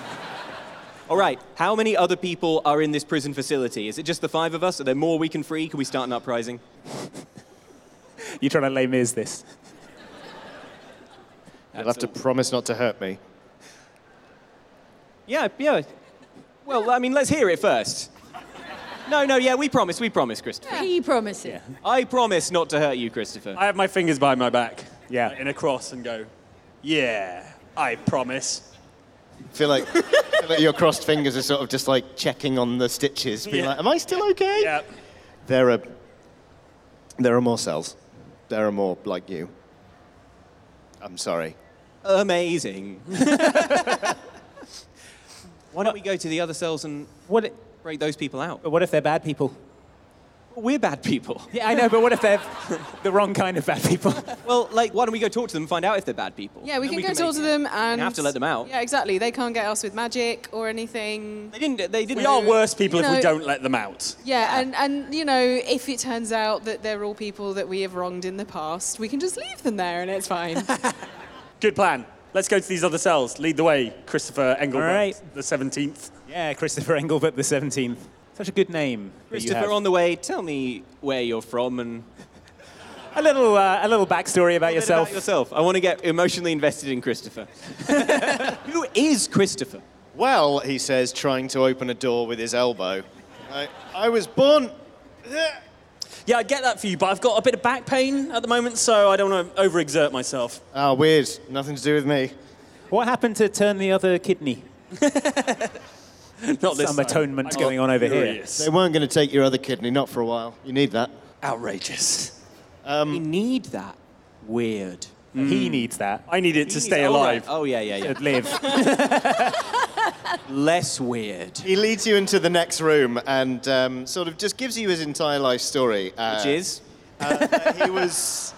All right, how many other people are in this prison facility? Is it just the five of us? Are there more we can free? Can we start an uprising? You're trying to lay me is this. You'll have to promise not to hurt me. Yeah, yeah. Well, I mean, let's hear it first. No, no, yeah, we promise, we promise, Christopher. He promises. I promise not to hurt you, Christopher. I have my fingers behind my back Yeah. in a cross and go, yeah, I promise. feel like, feel like your crossed fingers are sort of just like checking on the stitches, being Yeah. like, am I still okay? Yeah. There are, there are more cells. There are more like you. I'm sorry. Amazing. Why don't we go to the other cells and What, i- break those people out? but what if they're bad people? We're bad people. Yeah, I know, but what if they're the wrong kind of bad people? Well, like, why don't we go talk to them and find out if they're bad people? yeah, we Then can go talk make- to them and. have to let them out. Yeah, exactly. They can't get us with magic or anything. They didn't. They didn't. We are worse people You if we know- don't let them out. Yeah, and, and you know, if it turns out that they're all people that we have wronged in the past, we can just leave them there and it's fine. Good plan. Let's go to these other cells. Lead the way, Christopher Engelbert, All right. the 17th. yeah, Christopher Engelbert the 17th. Such a good name. that you have. Christopher, on the way, tell me where you're from and a little, uh, a little backstory about a bit yourself. About yourself. I want to get emotionally invested in Christopher. Who is Christopher? Well, he says, trying to open a door with his elbow. I, I was born. Yeah, I get that for you, but I've got a bit of back pain at the moment, so I don't want to overexert myself. Ah, weird. Nothing to do with me. What happened to turn the other kidney? Not this. Some time. atonement I'm going on over here. furious. They weren't going to take your other kidney, not for a while. You need that. Outrageous. we need that. Weird. He needs that. I need it to stay All right. alive. Oh yeah, yeah, yeah. Should live. Less weird. He leads you into the next room and um, sort of just gives you his entire life story. Uh, Which is he was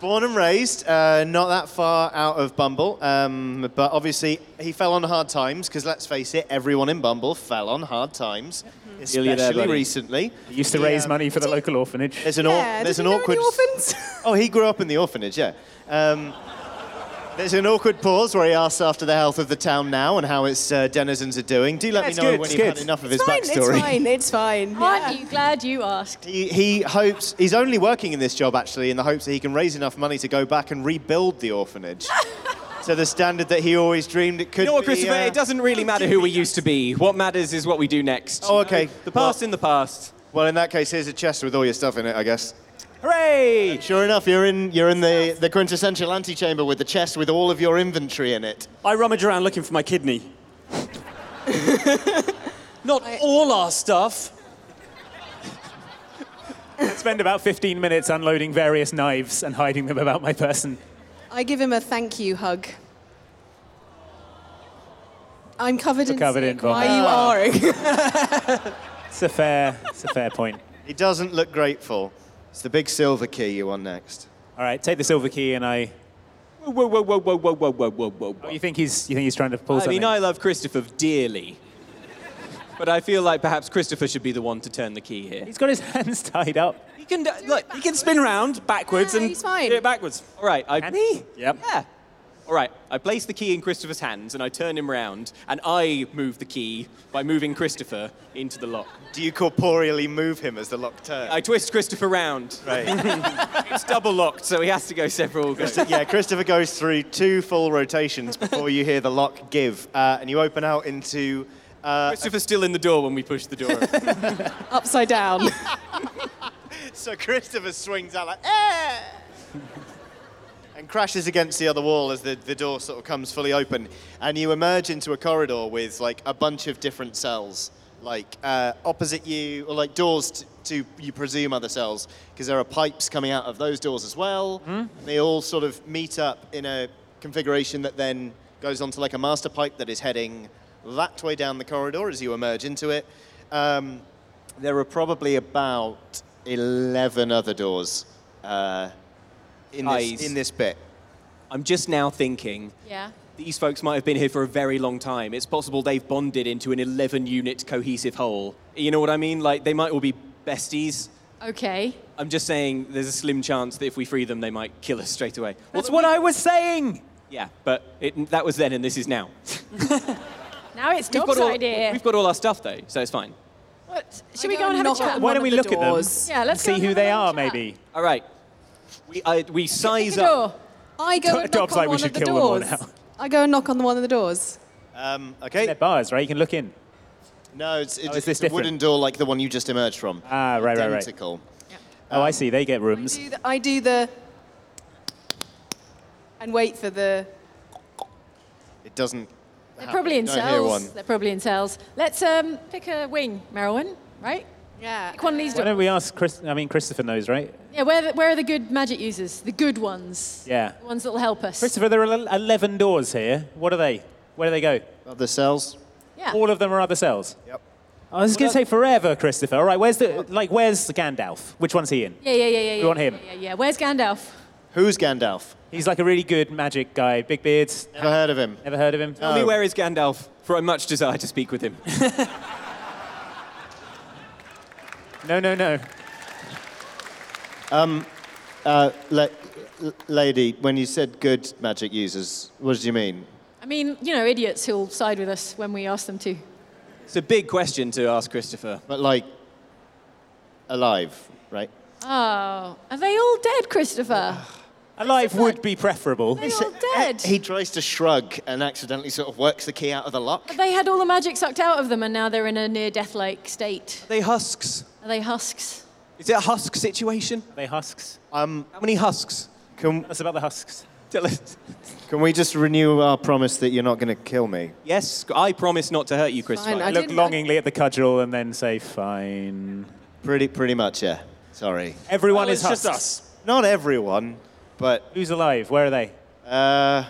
born and raised uh, not that far out of Bumble, um, but obviously he fell on hard times because let's face it, everyone in Bumble fell on hard times, Ilya especially there, buddy. recently. um, He used to raise money for the local orphanage. There's an, au- Yeah, there's an does he know awkward. Any orphans? Oh, he grew up in the orphanage, yeah. Um, there's an awkward pause where he asks after the health of the town now and how its uh, denizens are doing. Do let Yeah, me it's know good, when it's you've had good. enough of it's his fine, backstory. it's fine, it's fine. Aren't yeah. you glad you asked? He, he hopes he's only working in this job actually in the hopes that he can raise enough money to go back and rebuild the orphanage to the standard that he always dreamed it could You know what, be. Christopher? uh, it doesn't really matter who we used to be. What matters is what we do next. Oh, okay. The past in the past. Well, in that case, here's a chest with all your stuff in it, I guess. Hooray! Sure enough, you're in you're in the, the quintessential antechamber with the chest with all of your inventory in it. I rummage around looking for my kidney. Not all our stuff. Spend about 15 minutes unloading various knives and hiding them about my person. I give him a thank you hug. I'm covered in covered in sick. Why vomit. are you are? It's a fair, it's a fair point. He doesn't look grateful. It's the big silver key you won next. All right, take the silver key, and I. Whoa, whoa, whoa, whoa, whoa, whoa, whoa, whoa, whoa. You think he's, you think he's trying to pull I something? mean, I love Christopher dearly. But I feel like perhaps Christopher should be the one to turn the key here. He's got his hands tied up. He can do- Look, he can spin around backwards Yeah, and he's fine. do it backwards. All right, I. Can he? Yep. Yeah. All right, I place the key in Christopher's hands and I turn him round and I move the key by moving Christopher into the lock. Do you corporeally move him as the lock turns? I twist Christopher round. Right. It's double locked, so he has to go several goes. yeah, Christopher goes through two full rotations before you hear the lock give, uh, and you open out into uh, Christopher's still in the door when we push the door. open. Upside down. So Christopher swings out like, eh! and crashes against the other wall as the, the door sort of comes fully open. And you emerge into a corridor with like a bunch of different cells, like uh, opposite you, or like doors t- to, you presume, other cells, because there are pipes coming out of those doors as well. They all sort of meet up in a configuration that then goes onto like a master pipe that is heading that way down the corridor as you emerge into it. Um, there are probably about 11 other doors uh, in, Eyes. this, in this bit. I'm just now thinking Yeah. these folks might have been here for a very long time. It's possible they've bonded into an 11 unit cohesive whole. You know what I mean? Like, they might all be besties. Okay. I'm just saying there's a slim chance that if we free them, they might kill us straight away. Well, That's what I was saying. yeah, but it, that was then and this is now. Now it's We've Dom's got, all, idea. we've got all our stuff, though, so it's fine. What? Should we go and have a chat? Why don't we look at them? Yeah, let's go see and who have they a are, chat. maybe. All right. We, I, we Pick size a up. door. I go and knock Dob's on like, we one should of the kill them all doors. now. I go and knock on the one of the doors. Um, They're okay. bars, right? You can look in. No, it's, it's, Oh, is this it's a wooden different? door like the one you just emerged from. Ah, right, right, right. Identical. Oh, I see. They get I rooms. do, the, I do the and wait for the. It doesn't. They're probably in Don't hear one. cells. They're probably in cells. Let's um, pick a wing, Merowyn, right? Yeah. Pick one of these Why doors. don't we ask Chris? I mean, Christopher knows, right? Yeah, where, the, where are the good magic users? The good ones. Yeah. The ones that will help us. Christopher, there are 11 doors here. What are they? Where do they go? Other cells? yeah. All of them are other cells. Yep. Oh, this is going to take forever, Christopher. All right, where's the like? Where's Gandalf? Which one's he in? yeah, yeah, yeah, yeah. yeah, want yeah, him. Yeah, yeah. Where's Gandalf? Who's Gandalf? He's like a really good magic guy, big beard. Never heard of him. Never heard of him. Tell me where is Gandalf, for I much desire to speak with him. No, no, no. La- l- lady, when you said good magic users, what did you mean? I mean, you know, idiots who'll side with us when we ask them to. it's a big question to ask Christopher. But like, alive, right? Oh, are they all dead, Christopher? Alive would be preferable. They're all eh, dead. He tries to shrug and accidentally sort of works the key out of the lock. They had all the magic sucked out of them, and now they're in a near-death-like state. They husks. Are they husks? Is it a husk situation? They husks. Um, How many husks? can, That's about the husks. Tell us. can we just renew our promise that you're not going to kill me? Yes, I promise not to hurt you, Chris. Fine, Fine. I Look didn't- longingly at the cudgel and then say, fine. Oh, Pretty, pretty much, yeah. Sorry. Everyone Well, is it's husks. just us. Not everyone, but Who's alive? Where are they? uh,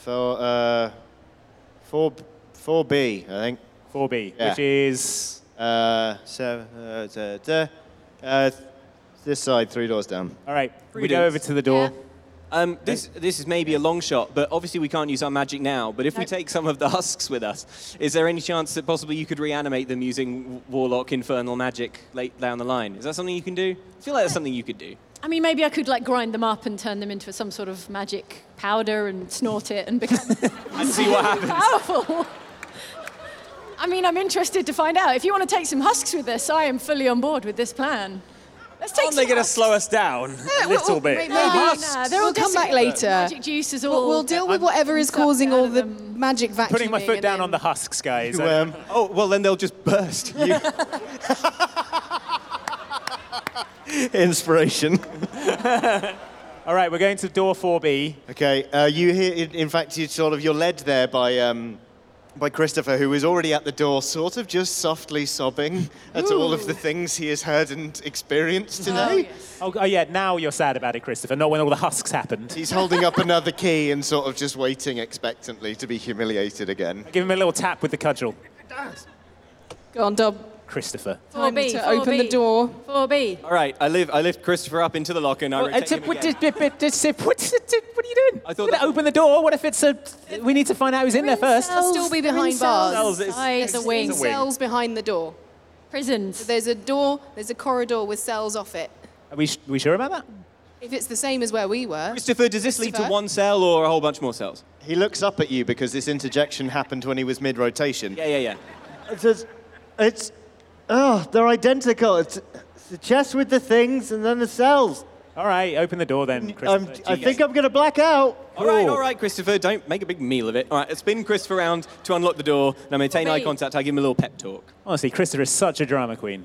for uh, four, four B, I think. 4B, Yeah. which is. Uh, so, uh, da, da, uh, this side, three doors down. All right, we Greetings. go over to the door. Um, this, this is maybe a long shot, but obviously we can't use our magic now. But if we take some of the husks with us, is there any chance that possibly you could reanimate them using w- warlock infernal magic late down the line? Is that something you can do? I feel like that's something you could do. I mean, maybe I could like grind them up and turn them into some sort of magic powder and snort it and become And see what happens. powerful. I mean, I'm interested to find out. If you want to take some husks with this, I am fully on board with this plan. Let's take Aren't some they going to husks. slow us down a little bit? Maybe Nah, they're all we'll come back desiccated. later. Magic juice is all. We'll, we'll deal with I'm- whatever is Suck it causing out all of the them. magic vacuuming. Putting my foot and down on the then- husks, guys. You, um, Oh, well, then they'll just burst. You- Inspiration. All right, we're going to door 4B. Okay, uh, you hear, in, in fact, you sort of, you're led there by, um, by Christopher, who is already at the door, sort of just softly sobbing at all of the things he has heard and experienced today. Oh, oh, yeah, now you're sad about it, Christopher. Not when all the husks happened. He's holding up another key and sort of just waiting expectantly to be humiliated again. Give him a little tap with the cudgel, Go on, Dob. Christopher. Time 4B, to open the 4B. door. 4B. All right, I, live, I lift Christopher up into the locker and I Uh, rotate him what, again. are you doing? I thought We're gonna that- open the door. What if it's a. We need to find out who's in there first. Cells, still be they're in behind cells bars. Cells, it's- inside the There's wing. cells behind the door. Prisons. There's a door, there's a corridor with cells off it. Are we, we sure about that? If it's the same as where we were, Christopher, does this lead to Christopher? one cell or a whole bunch more cells? He looks up at you because this interjection happened when he was mid rotation. Yeah, yeah, yeah. It's, just- it's, oh, they're identical. It's, it's the chest with the things and then the cells. All right, open the door then, I'm, Christopher. I think I'm going to black out. All right, Cool. all right, Christopher, don't make a big meal of it. All right, I spin Christopher around to unlock the door, and I maintain eye Wait. contact. I give him a little pep talk. Honestly, Christopher is such a drama queen.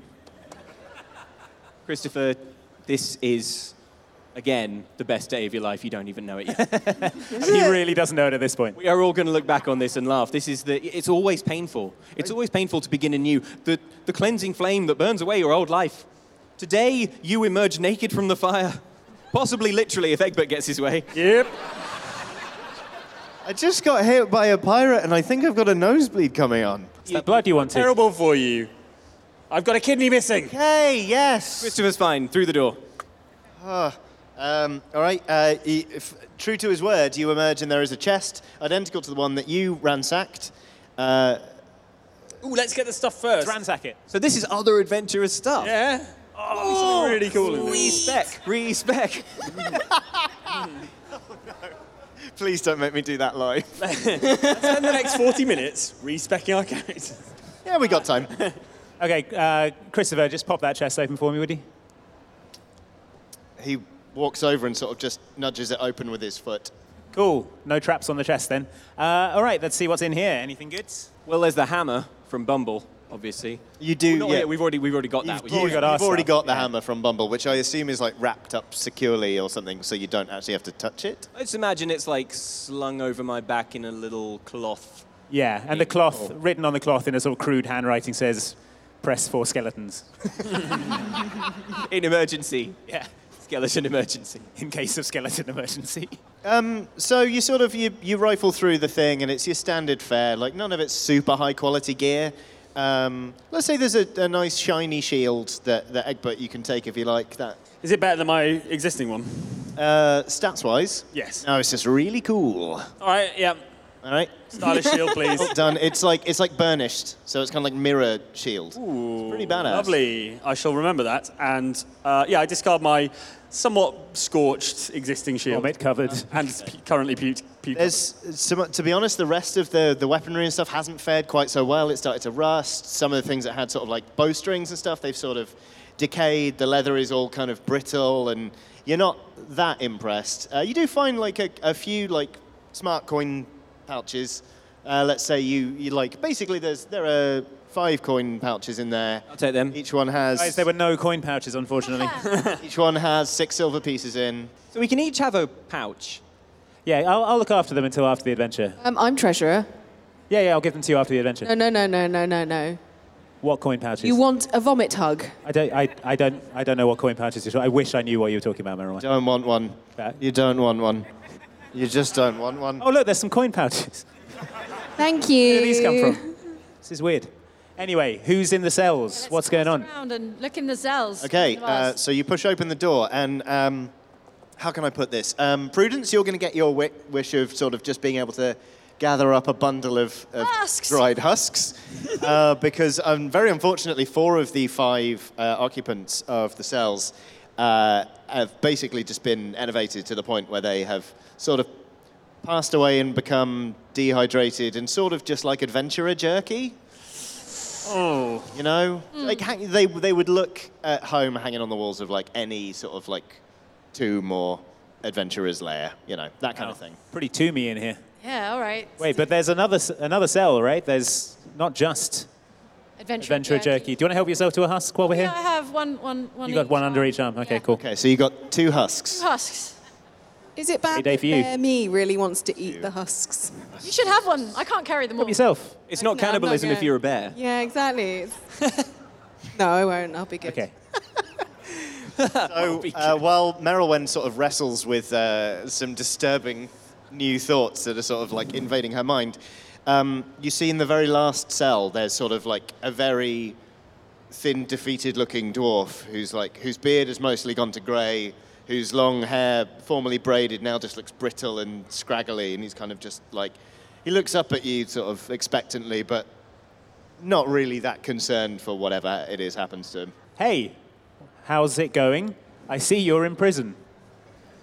Christopher, this is, again, the best day of your life. You don't even know it yet. He really doesn't know it at this point. we are all going to look back on this and laugh. This is the, it's always painful. It's always painful to begin anew. The, the cleansing flame that burns away your old life. Today, you emerge naked from the fire. Possibly literally, if Egbert gets his way. Yep. I just got hit by a pirate and I think I've got a nosebleed coming on. It's that blood you wanted. Terrible for you. I've got a kidney missing. Hey, yes. Christopher's fine, through the door. Um, all right, uh, he, if, true to his word, you emerge and there is a chest identical to the one that you ransacked. Uh, Ooh, let's get the stuff first. Ransack it. So this is other adventurous stuff. yeah. Oh, something really cool in there. Respect, respect. please don't make me do that live. Spend the next 40 minutes respecking our characters. yeah, we got time. Okay, uh, Christopher, just pop that chest open for me, would you? he walks over and sort of just nudges it open with his foot. Cool. No traps on the chest then. Uh, all right, let's see what's in here. Anything good? Well, there's the hammer from Bumble, obviously. You do, Not yeah. yet, We've already we've already got that. You've, We- already got our you've already stuff, got the yeah. hammer from Bumble, which I assume is like wrapped up securely or something, so you don't actually have to touch it. I just imagine it's like slung over my back in a little cloth. Yeah, and the cloth, written on the cloth in a sort of crude handwriting, says, press for skeletons In emergency. Yeah. Skeleton emergency. in case of skeleton emergency. So you sort of you, you rifle through the thing, and it's your standard fare. Like none of it's super high quality gear. Um, let's say there's a, a nice shiny shield that, that Egbert you can take if you like that. Is it better than my existing one? Uh, stats wise, Yes. No, it's just really cool. All right, yeah. All right, Stylish shield, please. done. It's like it's like burnished, so it's kind of like mirror shield. it's pretty badass. Lovely. I shall remember that. And uh, yeah, I discard my somewhat scorched existing shield. Helmet covered. and it's pu- currently puked. puked. There's some, to be honest, the rest of the, the weaponry and stuff hasn't fared quite so well. It started to rust. Some of the things that had sort of like bowstrings and stuff, they've sort of decayed. The leather is all kind of brittle, and you're not that impressed. Uh, you do find like a, a few like smart coin pouches. Uh, let's say you, you like, basically, there's there are five coin pouches in there. I'll take them. Each one has. Guys, there were no coin pouches, unfortunately. each one has six silver pieces in. So we can each have a pouch. Yeah, I'll, I'll look after them until after the adventure. Um, I'm treasurer. Yeah, yeah, I'll give them to you after the adventure. No, no, no, no, no, no, no. What coin pouches? Uh, You want a vomit hug? I don't, I, I don't, I don't know what coin pouches you're. talking- I wish I knew what you were talking about, Marilyn. Don't want one. You don't want one. You just don't want one. Oh look, there's some coin pouches. Thank you. Where do these come from? This is weird. Anyway, who's in the cells? What's going on? Around and look in the cells. Okay, in the bars. uh, so you push open the door, and um, how can I put this? Um, Prudence, you're going to get your wi- wish of sort of just being able to gather up a bundle of, of Husks. dried husks, uh, because um, very unfortunately, four of the five uh, occupants of the cells uh, have basically just been elevated to the point where they have sort of passed away and become dehydrated and sort of just like adventurer jerky. Oh, you know, like hang, they they would look at home hanging on the walls of like any sort of like tomb or adventurer's lair, you know, that kind of thing. Pretty toomy in here. yeah, all right. Wait, but there's another s- another cell, right? There's not just Adventure. adventurer jerky. jerky. Do you want to help yourself to a husk while we're Yeah, here? I have one, one, one. You got each. one under each arm. Okay, cool. Okay, so you got two husks. Two husks. Is it bad Hey, day that for you. Bear Me really wants to eat the husks? You should have one. I can't carry them all. Yourself. It's not cannibalism if gonna- you're a bear. Yeah, exactly. It's- no, I won't. I'll be good. Okay. So uh, while Merylwen sort of wrestles with uh, some disturbing new thoughts that are sort of like invading her mind, um, you see in the very last cell there's sort of like a very thin, defeated-looking dwarf who's like whose beard has mostly gone to grey, whose long hair, formerly braided, now just looks brittle and scraggly, and he's kind of just like he looks up at you sort of expectantly, but not really that concerned for whatever it is happens to him. Hey, how's it going? I see you're in prison.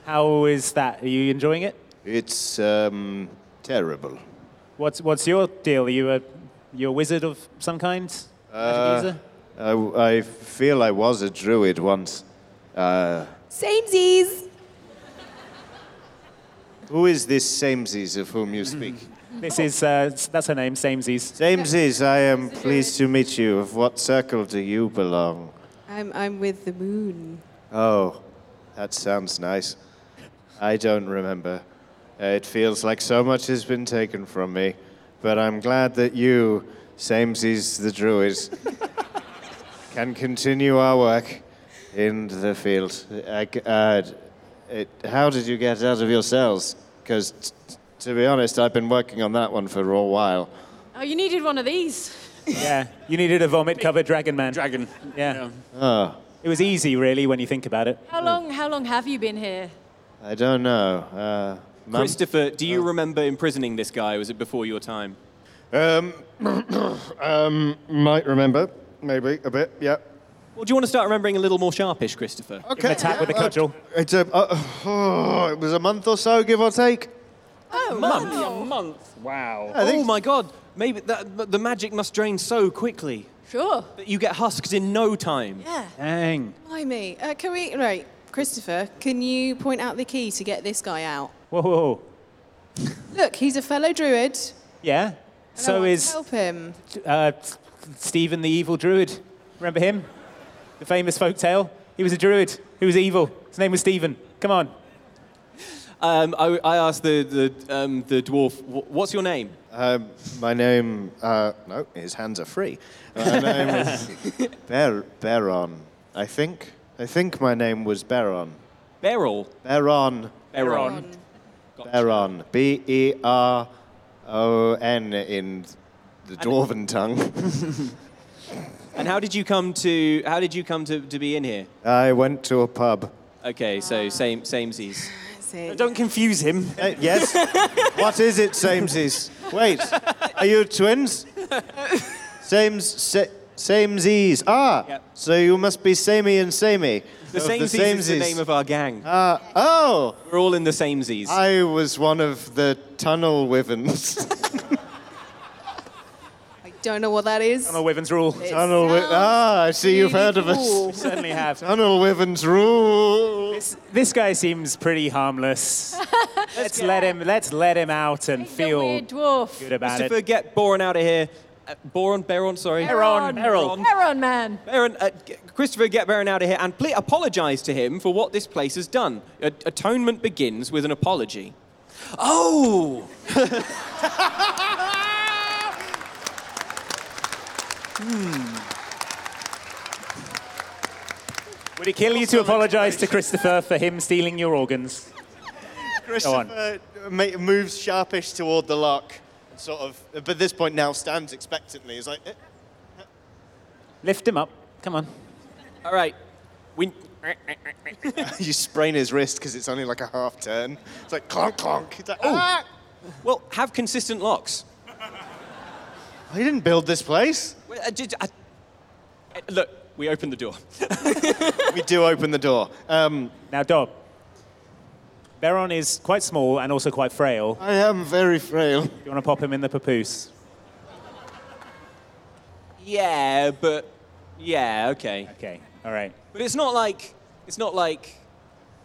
How is that? Are you enjoying it? It's um, terrible. What's what's your deal? Are you a you a wizard of some kind? Magic user? I, I feel I was a druid once. Uh, Samesies. who is this Samesies of whom you speak? This is uh, s- that's her name, Samesies. Samesies, I am pleased to meet you. Of what circle do you belong? I'm, I'm with the moon. Oh, that sounds nice. I don't remember. Uh, It feels like so much has been taken from me, but I'm glad that you, Samesies the Druid, can continue our work in the field. I c- uh, it, how did you get out of your cells? Because, to be honest, I've been working on that one for a while. Oh, you needed one of these. Yeah, you needed a vomit-covered dragon man. Dragon. Yeah, Oh, it was easy, really, when you think about it. How long? How long have you been here? I don't know. Uh, mum? Christopher, do you remember imprisoning this guy? Was it before your time? Um, um, might remember, maybe a bit, yeah. Well, do you want to start remembering a little more sharpish, Christopher? Okay. Attack with a yeah, uh, cudgel. It's a, uh, oh, it was a month or so, give or take. Oh, A month. A month. Wow. Oh my God! Maybe that, but the magic must drain so quickly Sure. that you get husked in no time. Yeah. Dang. Blimey. Uh, can we, right, Christopher, can you point out the key to get this guy out? Whoa, whoa, whoa. Look, he's a fellow druid. Yeah. and I So want to is Help him. uh, S- Stephen the evil druid. Remember him? The famous folktale. He was a druid who was evil. His name was Stephen. Come on. Um, I, I asked the the, um, the dwarf, "Wh- "What's your name?" Um, my name, uh, no, his hands are free. My name is Ber- Beron, I think. I think my name was Beron. Beryl. Beron, Beron. Beron, B E R O N in the dwarven tongue. And how did you come to how did you come to, to be in here? I went to a pub. Okay, so same samesies. That's it. Don't confuse him. Uh, yes. what is it, Samesies? Wait, are you twins? Sames, sa- Samesies. Ah, Yep. so you must be Samey and Samey. The of samesies, is the name of our gang. Ah, oh, We're all in the samesies. I was one of the tunnel wivens. I don't know what that is. Donald Wivens rule. tunnel wi- Ah, I see you've heard of us. Certainly have. Tunnel wivens rule. This guy seems pretty harmless. Let's let him. Let's let him out and feel weird dwarf. good about Christopher, it. get Boron out of here. Uh, Boron, Baron, sorry. Baron, Baron. Heron man. Baron, uh, g- Christopher, get Baron out of here and please apologise to him for what this place has done. A- atonement begins with an apology. Oh! Would it kill you to apologise to Christopher for him stealing your organs? Christopher ma- moves sharpish toward the lock, and sort of, but at this point now stands expectantly. He's like, "Eh, Lift him up. Come on. All right. We... you sprain his wrist because it's only like a half turn. It's like clonk, clonk. He's like, Oh. ah! Well, have consistent locks. He didn't build this place. Well, uh, did- uh, uh, look, we opened the door. we do open the door. Um, Now, Dob. Baron is quite small and also quite frail. I am very frail. Do you want to pop him in the papoose? Yeah, but yeah, okay. Okay. All right. But it's not like it's not like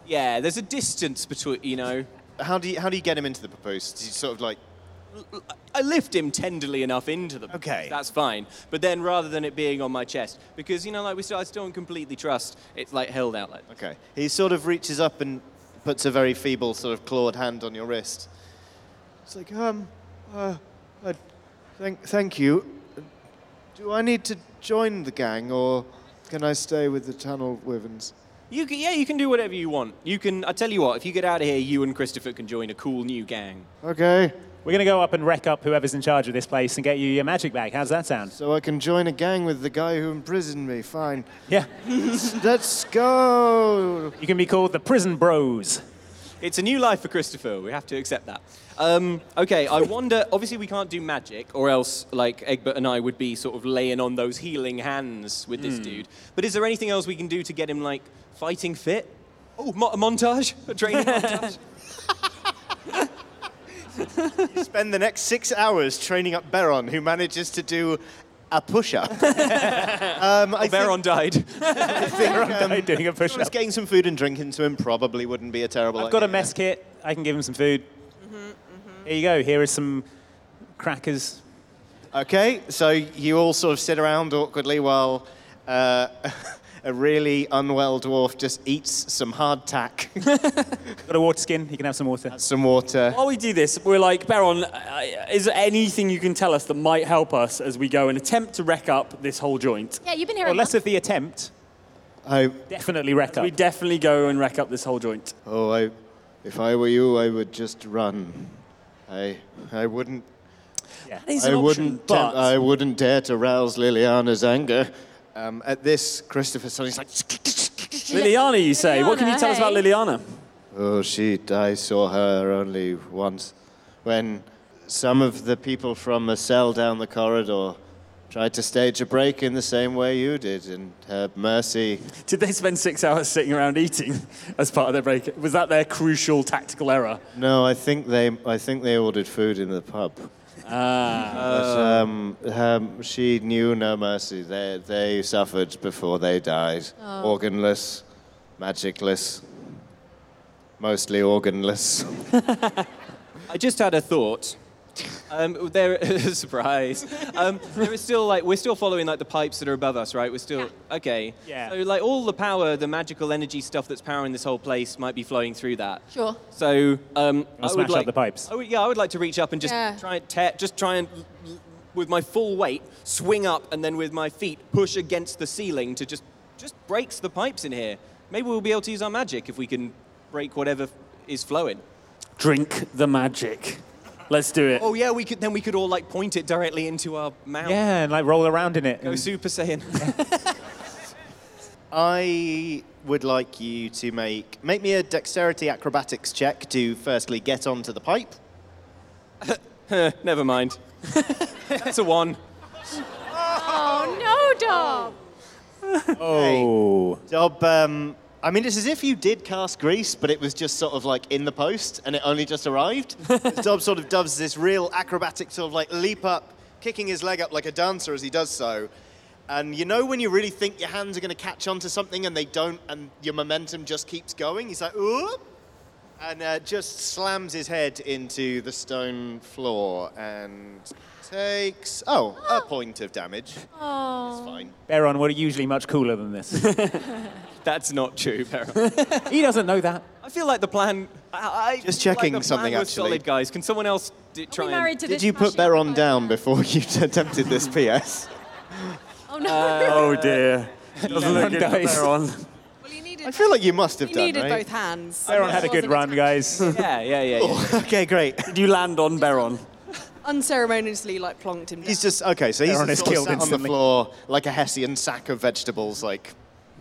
yeah. There's a distance between you know. How do you how do you get him into the papoose? Do you sort of like I lift him tenderly enough into the. Okay. That's fine. But then rather than it being on my chest, because you know, like we still I still don't completely trust. It's like held out like. okay? He sort of reaches up and puts a very feeble sort of clawed hand on your wrist. It's like um, uh, uh, thank thank you. Do I need to join the gang or can I stay with the Tunnel Wyverns? You can, yeah, you can do whatever you want. You can. I tell you what, if you get out of here, you and Christopher can join a cool new gang. Okay, We're going to go up and wreck up whoever's in charge of this place and get you your magic back. How's that sound? so I can join a gang with the guy who imprisoned me. Fine. Yeah. Let's go. You can be called the Prison Bros. It's a new life for Christopher. We have to accept that. Um, okay, I wonder. Obviously, we can't do magic, or else like Egbert and I would be sort of laying on those healing hands with this dude. But is there anything else we can do to get him like fighting fit? Oh, mo- a montage, a training montage. Spend the next six hours training up Beron, who manages to do a push-up. um, I think- Baron died. I'm doing a push Just up. getting some food and drink into him probably wouldn't be a terrible I've idea. got a mess kit. I can give him some food. Here you go. Here are some crackers. Okay, so you all sort of sit around awkwardly while uh, a really unwell dwarf just eats some hardtack, Got a water skin. You can have some water. some water. While we do this, we're like, Baron, uh, is there anything you can tell us that might help us as we go and attempt to wreck up this whole joint? Yeah, you've been here. Or a less month. of the attempt. Oh. I, Definitely wreck up. We definitely go and wreck up this whole joint. oh, I, if I were you, I would just run. I, I wouldn't, I wouldn't, tempt- I wouldn't dare to rouse Liliana's anger. Um, at this, Christopher suddenly's like, Liliana, you say. what can you Liliana, tell us about hey? Liliana? Oh, she, I saw her only once when some of the people from a cell down the corridor tried to stage a break in the same way you did, and her mercy. Did they spend six hours sitting around eating as part of their break? Was that their crucial tactical error? No, I think they, I think they ordered food in the pub. But, um, um, she knew no mercy. They, they suffered before they died. Organless, magicless, mostly organless. I just had a thought. Um, there, surprise. Um, there is still like we're still following like the pipes that are above us, right? We're still okay. Yeah. So like all the power, the magical energy stuff that's powering this whole place might be flowing through that. Sure. So um, I smash would up like the pipes. I would, yeah, I would like to reach up and just Yeah. try and tear, just try and l- l- with my full weight swing up and then with my feet push against the ceiling to just just breaks the pipes in here. Maybe we'll be able to use our magic if we can break whatever f- is flowing. Drink the magic. Let's do it. Oh yeah, we could then we could all like point it directly into our mouth. Yeah, and like roll around in it. Go and- Super Saiyan. I would like you to make make me a dexterity acrobatics check to firstly get onto the pipe. Never mind. That's a one. Oh no, dog. oh. Dob, um, I mean, it's as if you did cast grease, but it was just sort of like in the post, and it only just arrived. Dob sort of does this real acrobatic sort of like leap up, kicking his leg up like a dancer as he does so. And you know when you really think your hands are going to catch onto something and they don't, and your momentum just keeps going. He's like, ooh, and uh, just slams his head into the stone floor and takes, oh, a point of damage. Oh. It's fine. Baron, we're usually much cooler than this. That's not true, Baron. he doesn't know that. I feel like the plan. I, I Just feel like checking the plan something, was actually. Solid, guys. Can someone else d- try and- married to Did this you put passionate Beron guy? down before you attempted this PS? Oh no. uh, Oh dear. Doesn't look good dies. there on. Well, you needed, I feel like you must have you done, needed right? both hands. Baron had a good run, guys. Yeah, yeah, yeah. yeah. okay, great. Did you land on Beron? Unceremoniously, like, plonked him down. He's just okay. So he's Everyone is just sort killed of sat on the instantly. floor like a hessian sack of vegetables, like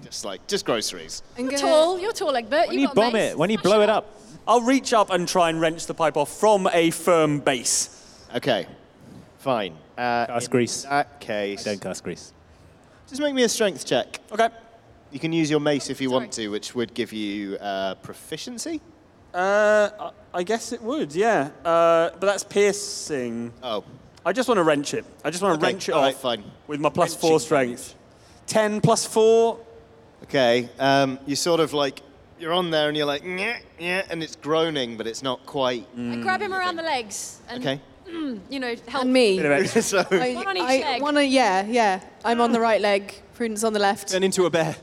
just like just groceries. I'm You're gonna- tall. You're tall, Egbert. When you you got bomb mace. it, when you Smash blow it up. I'll reach up and try and wrench the pipe off from a firm base. Okay, fine. Uh, Cast in grease. That case, Don't cast grease. just make me a strength check. Okay. You can use your mace if you want to, which would give you uh, proficiency. Uh, I- I guess it would, yeah. Uh, but that's piercing. Oh, I just want to wrench it. I just want to Okay, wrench it all off right, fine. with my plus four Wrenching strength. Ten plus four. okay. Um, you sort of like you're on there and you're like yeah, yeah, and it's groaning, but it's not quite. I grab him around the legs and Okay. you know help And me. so I- One on each I- leg. one on- yeah, yeah. I'm on the right leg. Prudence on the left. Turn into a bear.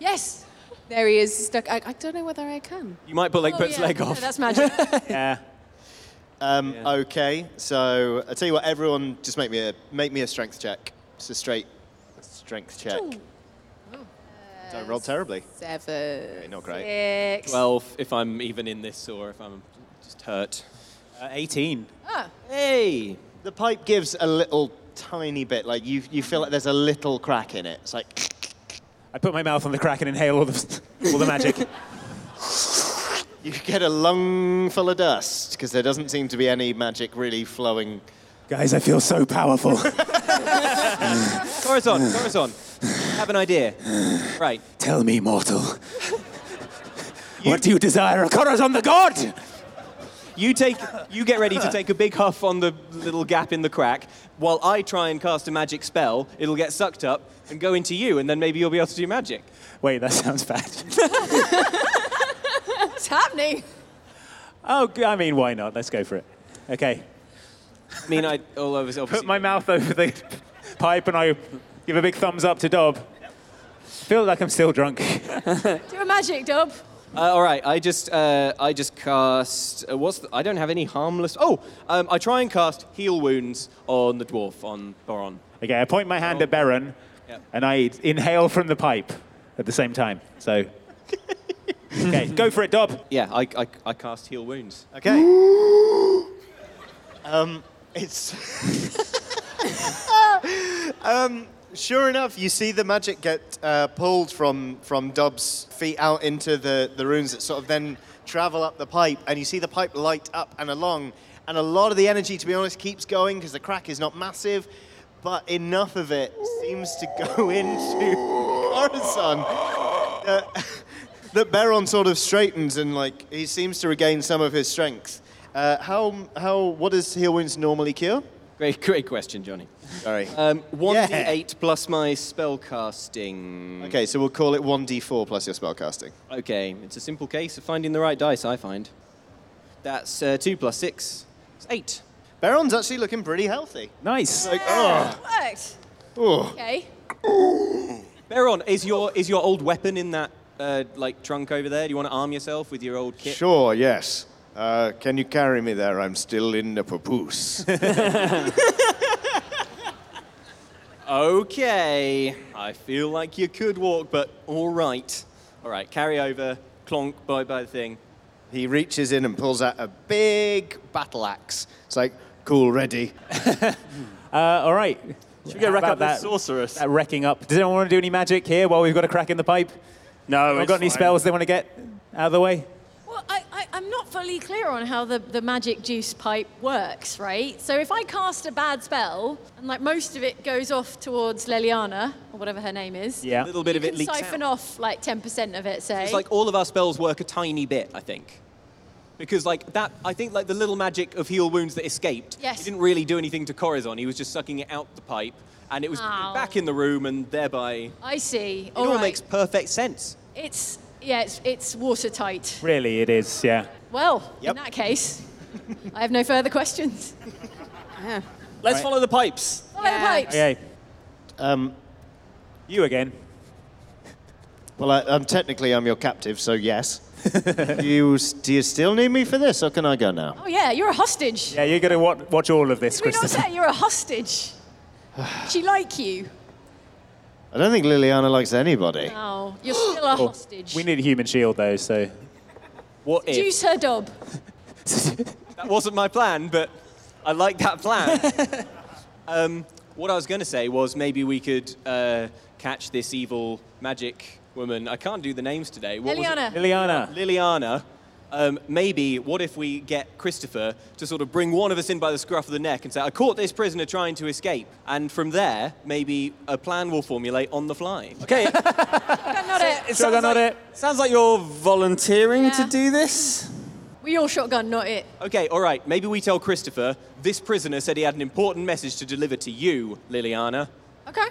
Yes. There he is, stuck. I, I don't know whether I can. You might pull Oh, Egbert's yeah. leg No, off. that's magic. Yeah. um, okay. So I tell you what, everyone, just make me a make me a strength check. It's a straight strength check. Don't roll terribly. Seven. Okay, not great. Six. Twelve, if I'm even in this, or if I'm just hurt. Uh, 18. Hey. The pipe gives a little tiny bit, like you, you feel like there's a little crack in it. It's like, I put my mouth on the crack and inhale all the, all the magic. you get a lung full of dust because there doesn't seem to be any magic really flowing. Guys, I feel so powerful. Corazon, Corazon. I have an idea. Right. Tell me, mortal. What do you desire of Corazon the God? You take, you get ready to take a big huff on the little gap in the crack, while I try and cast a magic spell. It'll get sucked up and go into you, and then maybe you'll be able to do magic. Wait, that sounds bad. What's happening? oh, g- I mean, why not? Let's go for it. Okay. I mean, I all I was obviously. Put my mouth over the pipe and I give a big thumbs up to Dob. Feel like I'm still drunk. Do a magic, Dob. Uh, all right, I just, uh, I just cast. Uh, what's the, I don't have any harmless. Oh, um, I try and cast heal wounds on the dwarf on Boron. Okay, I point my hand at Baron Yep. and I inhale from the pipe at the same time. So, okay, go for it, Dob. Yeah, I, I, I cast heal wounds. Okay. um, it's. um, sure enough, you see the magic get uh, pulled from, from Dobb's feet out into the, the runes that sort of then travel up the pipe, and you see the pipe light up and along. And a lot of the energy, to be honest, keeps going because the crack is not massive, but enough of it seems to go into Corazon. Uh, that Baron sort of straightens and like he seems to regain some of his strength. Uh, how how what does heal wounds normally cure? Great, great question, Johnny. Sorry. Um, one d Yeah. eight plus my spell casting. okay, so we'll call it one d four plus your spellcasting. Okay, it's a simple case of finding the right dice. I find. That's uh, two plus six. It's eight. Baron's actually looking pretty healthy. Nice. Like oh, Worked. oh. Okay. Baron, is your is your old weapon in that uh, like trunk over there? Do you want to arm yourself with your old kit? sure, yes. Uh, can you carry me there? I'm still in the papoose. Okay, I feel like you could walk, but all right. All right, carry over, clonk, bye bye thing. he reaches in and pulls out a big battle axe. It's like cool, ready. Uh, all right. Should We get rack up that, that sorceress. that wrecking up? Does anyone want to do any magic here while we've got a crack in the pipe? no, Anyone it's got any fine. spells they want to get out of the way? Well, I, I, I'm not fully clear on how the, the magic juice pipe works, right? So if I cast a bad spell and like most of it goes off towards Leliana or whatever her name is, Yeah. A little bit of you it can leaks siphon out. off like 10% of it, say. It's like all of our spells work a tiny bit, I think. Because like that, I think like the little magic of heal wounds that escaped. Yes. It didn't really do anything to Corazon. He was just sucking it out the pipe, and it was Ow. back in the room, and thereby it I see. all All right. makes perfect sense. It's yeah, it's, it's watertight. Really, it is, yeah. Well, in that case, I have no further questions. Let's follow the pipes. Follow the pipes. Okay. Um, you again. Well, I, um, technically, I'm your captive, so yes. do, you, s- do you still need me for this, or can I go now? Oh yeah, you're a hostage. Yeah, you're going to watch, watch all of this, Did we not Christopher. say you're a hostage? she like you? I don't think Liliana likes anybody. No, you're still a hostage. Oh, We need a human shield, though, so. What if? Juice her dob. That wasn't my plan, but I like that plan. um, what I was going to say was maybe we could uh, catch this evil magic woman. I can't do the names today. What was it? Liliana. Liliana. Liliana. Um, maybe, what if we get Christopher to sort of bring one of us in by the scruff of the neck and say, I caught this prisoner trying to escape. And from there, maybe a plan will formulate on the fly. Okay. Not it. It sounds, Juggernaut like, sounds like you're volunteering to Yeah. do this. We all shotgun, not it. Okay, all right, maybe we tell Christopher, this prisoner said he had an important message to deliver to you, Liliana. Okay.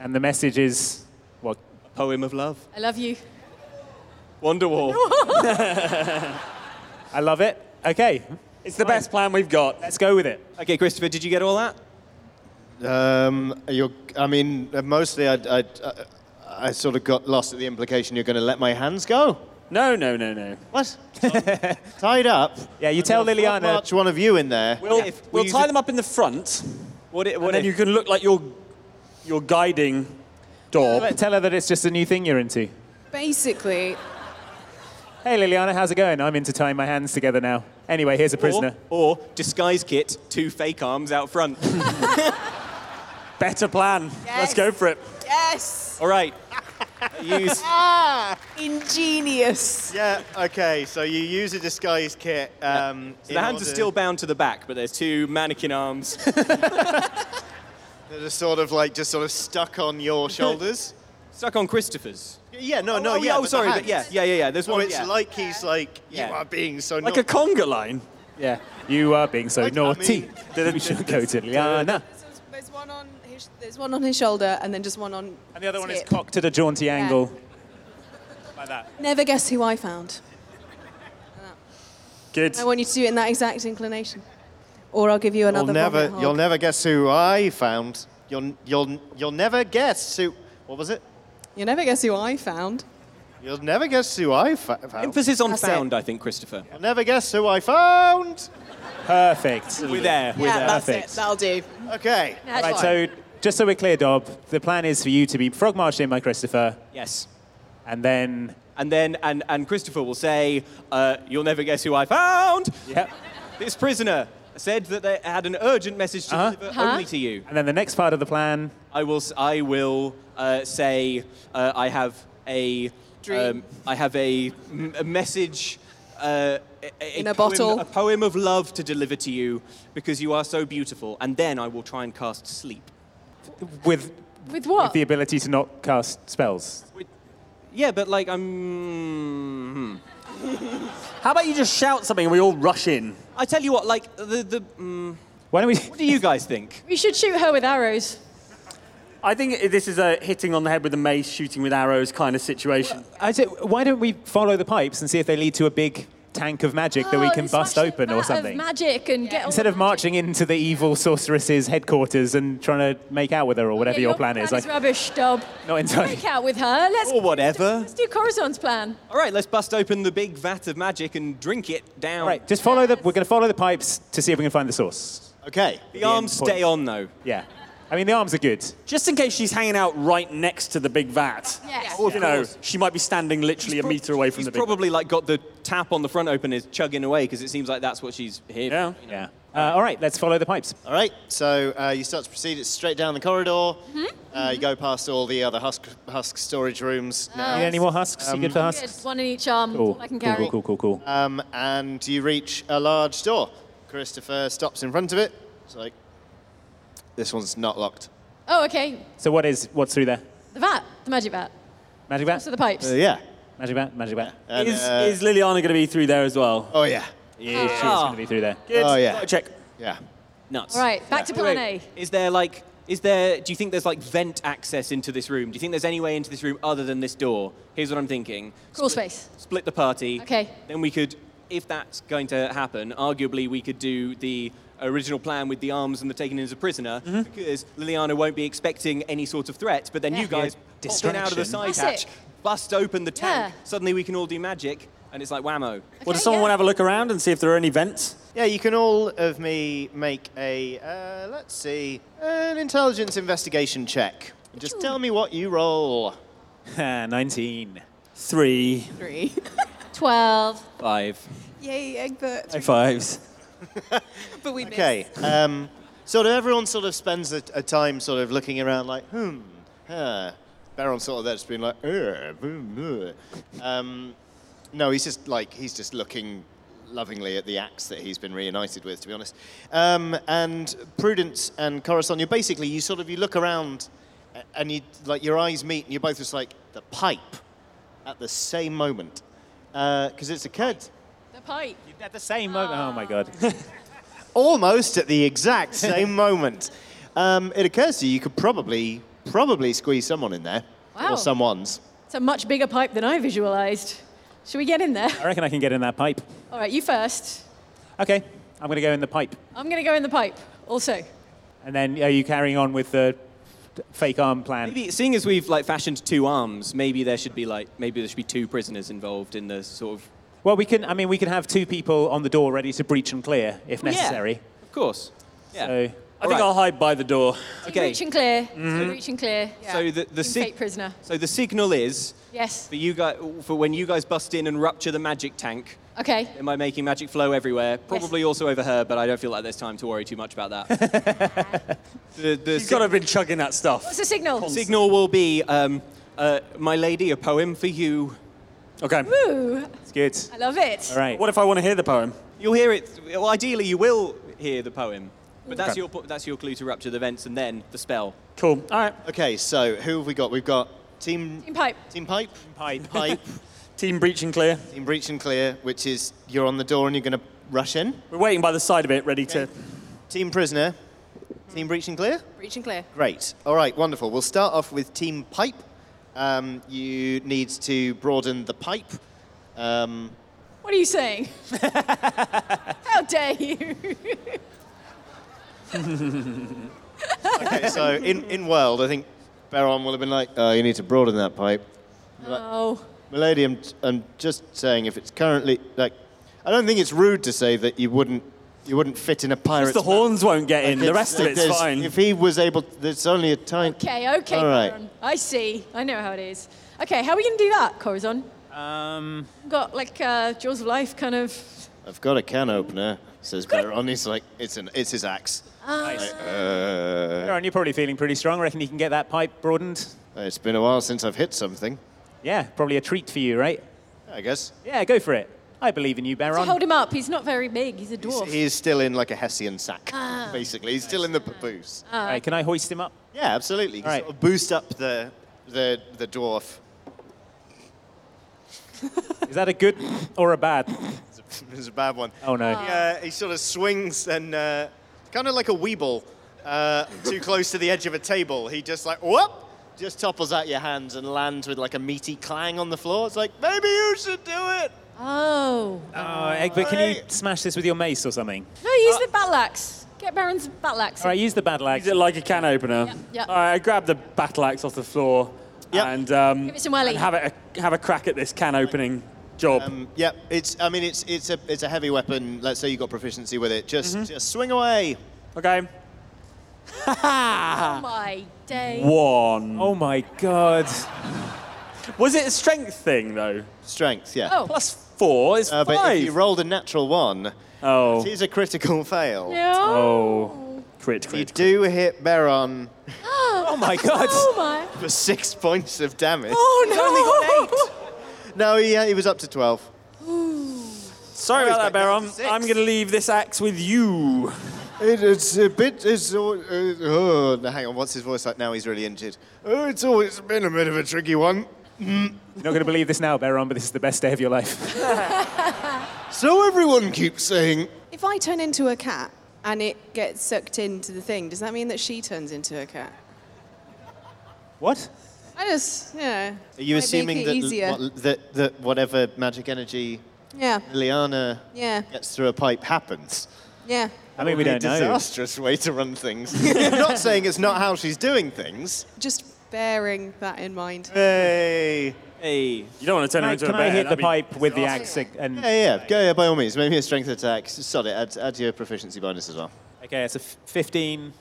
And the message is. Well, A poem of love. I love you. Wonderwall. I love it. Okay, It's the best plan we've got. let's go with it. Okay, Christopher, did you get all that? Um, you're, I mean, mostly I, I, I, I sort of got lost at the implication you're going to let my hands go. No, no, no, no. What? Tied up? Yeah, you tell I'll Liliana. march one of you in there. We'll, if we we'll use tie it- them up in the front, What, i- and what then if you can look like you're, you're guiding door. Tell her that it's just a new thing you're into. Basically, Hey, Liliana, how's it going? I'm into tying my hands together now. Anyway, here's a prisoner. Or, or disguise kit, two fake arms out front. Better plan. Let's go for it. yes, all right. Use ingenious. Yeah, okay, so you use a disguise kit. Um, so in the hands are order- still bound to the back, but there's two mannequin arms. They're just sort of like, just sort of stuck on your shoulders. Stuck on Christopher's. yeah, no, no, oh, yeah. oh, but the sorry, but hands. yeah, yeah, yeah, yeah. There's So one. it's yeah. like he's like, Yeah. you are being so Like naughty. a conga line. Yeah. You are being so Like, I naughty. mean- you should go to Liliana. There's one on his, there's one on his shoulder, and then just one on. And the other one is hip. cocked at a jaunty angle. Never guess who I found. Good. I want you to do it in that exact inclination, or I'll give you another. You'll never, vomit hog. you'll never guess who I found. You'll, you'll, you'll never guess who. What was it? You'll never guess who I found. You'll never guess who I fa- found. Emphasis on That's it. found, I think, Christopher. You'll never guess who I found. Perfect. We're there. We're yeah, there. that's Perfect. it. That'll do. Okay. That's right, fine. so just so we're clear, Dob, the plan is for you to be frog marched in by Christopher, Yes. and then. And then, and, and Christopher will say, uh, You'll never guess who I found. Yep. This prisoner said that they had an urgent message to Uh-huh. deliver Uh-huh. only to you. And then the next part of the plan. I will. s- I will uh, say uh, I have a. um, Dream. I have a, m- a message. Uh, In a poem, bottle. A poem of love to deliver to you because you are so beautiful. And then I will try and cast sleep. With, With what? with the ability to not cast spells. Yeah, but like hmm. I'm. How about you just shout something and we all rush in? I tell you what, like the the. Mm, Why don't we? what do you guys think? we should shoot her with arrows. I think this is a hitting on the head with a mace, shooting with arrows kind of situation. I said, why don't we follow the pipes and see if they lead to a big tank of magic that we Oh, can and bust smash the open or vat of something? magic and get all Instead the of magic. marching into the evil sorceress's headquarters and trying to make out with her or whatever Yeah, your, plan, is, Oh, is rubbish, Dob. I'm not entirely. Make out with her. Let's Or whatever. let's do Corazon's plan. All right, let's bust open the big vat of magic and drink it down. All right, just follow the. We're going to follow the pipes to see if we can find the source. Okay. The arms end point. stay on though. Yeah, I mean the arms are good. Just in case she's hanging out right next to the big vat. Yes. Oh, you know, she might be standing literally a prob- meter away from He's the big probably like got the tap on the front open and is chugging away because it seems like that's what she's here. vat. Yeah. Yeah. Uh, all right, let's follow the pipes. All right. So uh, you start to proceed. It's straight down the corridor. Mm-hmm. Uh, you go past all the other husk, husk storage rooms Oh. now, Need any more husks? you good for Um, Good. husks? One in each arm. that's Cool. all I can cool, carry. cool, cool, cool, cool. um, and you reach a large door. Christopher stops in front of it. It's like, this one's not locked. Oh, okay. So what is what's through there? The vat. The magic vat. Magic bat. So the pipes. Uh, yeah. Magic bat. Magic bat. And, is, uh, is Liliana going to be through there as well? oh yeah. Yeah, Ah. she's going to be through there. Good. Oh, yeah. Gotta check. Yeah. Nuts. All right, back to plan Wait, A. Is there like Is there? Do you think there's like vent access into this room? Do you think there's any way into this room other than this door? Here's what I'm thinking: Crawl space. split the party. Okay. Then we could, if that's going to happen, arguably we could do the original plan with the arms and the taking in as a prisoner because Liliana won't be expecting any sort of threat. But then Yeah. you guys Be a pop in out of the distraction. side Classic. hatch, bust open the tank. Yeah. Suddenly we can all do magic, and it's like whammo. Well, does someone yeah. want to have a look around and see if there are any vents? Yeah, you can all of me make a, uh, let's see, an intelligence investigation check. Just tell me what you roll. 19. Three Three. 12. Five. Yay, Egbert. high fives. But we missed. Okay. Um, sort of everyone sort of spends a, a time sort of looking around like, hmm, huh. Baron's sort of there just being like, "Uh, boom, uh." um, no, he's just like, he's just looking lovingly at the axe that he's been reunited with, to be honest. Um, and Prudence and Corazon, you basically, you sort of, you look around a- and you, like, your eyes meet and you're both just like, the pipe at the same moment. Because it's occurred The pipe. At the same moment. Oh my god. almost at the exact same moment. Um, it occurs to you you could probably probably squeeze someone in there Wow. or someone's. It's a much bigger pipe than I visualized. Should we get in there? I reckon I can get in that pipe. All right, you first. Okay, I'm gonna go in the pipe. I'm going to go in the pipe also. And then are you carrying on with the fake arm plan? Maybe, seeing as we've like fashioned two arms, maybe there should be like maybe there should be two prisoners involved in the sort of. Well, we can. I mean, we can have two people on the door ready to breach and clear if necessary. Of course. Yeah. So I think Alright. I'll hide by the door. okay. Reach and clear. Reach and clear. So the the Fake sig- prisoner. so the signal is Yes. for you guys for when you guys bust in and rupture the magic tank. Okay. Am I making magic flow everywhere? Probably also over her, but I don't feel like there's time to worry too much about that. the the You've got to have been chugging that stuff. What's the signal? signal will be, um, uh, my lady, a poem for you. Okay. Ooh, it's good. I love it. All right. What if I want to hear the poem? You'll hear it. Well, ideally, you will hear the poem, but that's your po- that's your clue to rupture the vents and then the spell. Cool. All right. Okay, so who have we got? We've got team In pipe. team pipe, Pipe. pipe, Team breach and clear. team breach and clear, which is you're on the door and you're going to rush in. We're waiting by the side of it, ready to. Team prisoner, team breach and clear. Reach and clear. Great. All right, wonderful. We'll start off with team pipe. Um, you need to broaden the pipe. Um, What are you saying? How dare you? okay, so in, in world, I think Baron will have been like, oh, you need to broaden that pipe. Oh, Milady, I'm, I'm just saying if it's currently like, I don't think it's rude to say that you wouldn't you wouldn't fit in a pirate's. The horns won't get in. mouth. The It's- rest of like, it's there's- fine. If he was able, there's only a tiny. okay, okay, All right. Corazon. I see. I know how it is. Okay, how are we going to do that, Corazon? Um, Got like uh, Jaws of Life kind of. I've got a can opener. Says Baron. He's like, it's an it's his axe. nice. Uh, Aaron, you're probably feeling pretty strong. Reckon you can get that pipe broadened? it's been a while since I've hit something. Yeah, probably a treat for you, right? I guess Yeah, go for it. I believe in you, To Baron. hold him up, he's not very big, he's a he's, dwarf. Ah. he's still in like a hessian sack, basically. He's still in the papoose. All right, can I hoist him up? Yeah, absolutely. You can All right. sort of boost up the the the dwarf. Is that a good or a bad? It's a, it's a bad one. Oh no. He, uh, he sort of swings and uh, kind of like a weeble, uh, too close to the edge of a table. He just like whoop, just topples out your hands and lands with like a meaty clang on the floor. It's like maybe you should do it. Oh. Oh, Egbert, can you Alright. smash this with your mace or something? No, use the battle axe. Get Baron's battle axe. All right, use the battle axe. Is it like a can opener? yeah. All right, I grab the battle axe off the floor Yep. and, um, Give it some welly. and have, it a, have a crack at this can opening job. Um, yeah, it's. I mean, it's it's a it's a heavy weapon. Let's say you got proficiency with it. Just just swing away. okay. Oh my day. One. Oh my god. Was it a strength thing, though? Strength, yeah. Oh. Plus four is Uh, but five. if you rolled a natural one, oh. it is a critical fail. Oh. Crit, You crit. do hit Baron Oh my god. Oh my. for six points of damage. Oh no. No, he, he was up to twelve. Sorry down about that, Baron. to six. I'm going to leave this axe with you. It, it's a bit. It's al- uh, oh, now hang on. What's his voice like now? He's really injured. Oh, it's always been a bit of a tricky one. You're not going to believe this now, Baron, but this is the best day of your life. So everyone keeps saying. If I turn into a cat and it gets sucked into the thing, does that mean that she turns into a cat? What? I just, yeah. Are you Might make assuming it that, easier. what- that that whatever magic energy yeah, Liliana yeah, gets through a pipe happens? yeah. I mean, That we would be a don't know. Disastrous way to run things. I'm not saying it's not how she's doing things. Just bearing that in mind. Hey. Hey. You don't want to turn Can her I, into can a I bear. hit the that'd be pipe with the disastrous. axe? ag- And Yeah, yeah, yeah. Go, yeah, by all means. Maybe a strength attack. Sod it. Add, add your proficiency bonus as well. okay, it's a f- 15.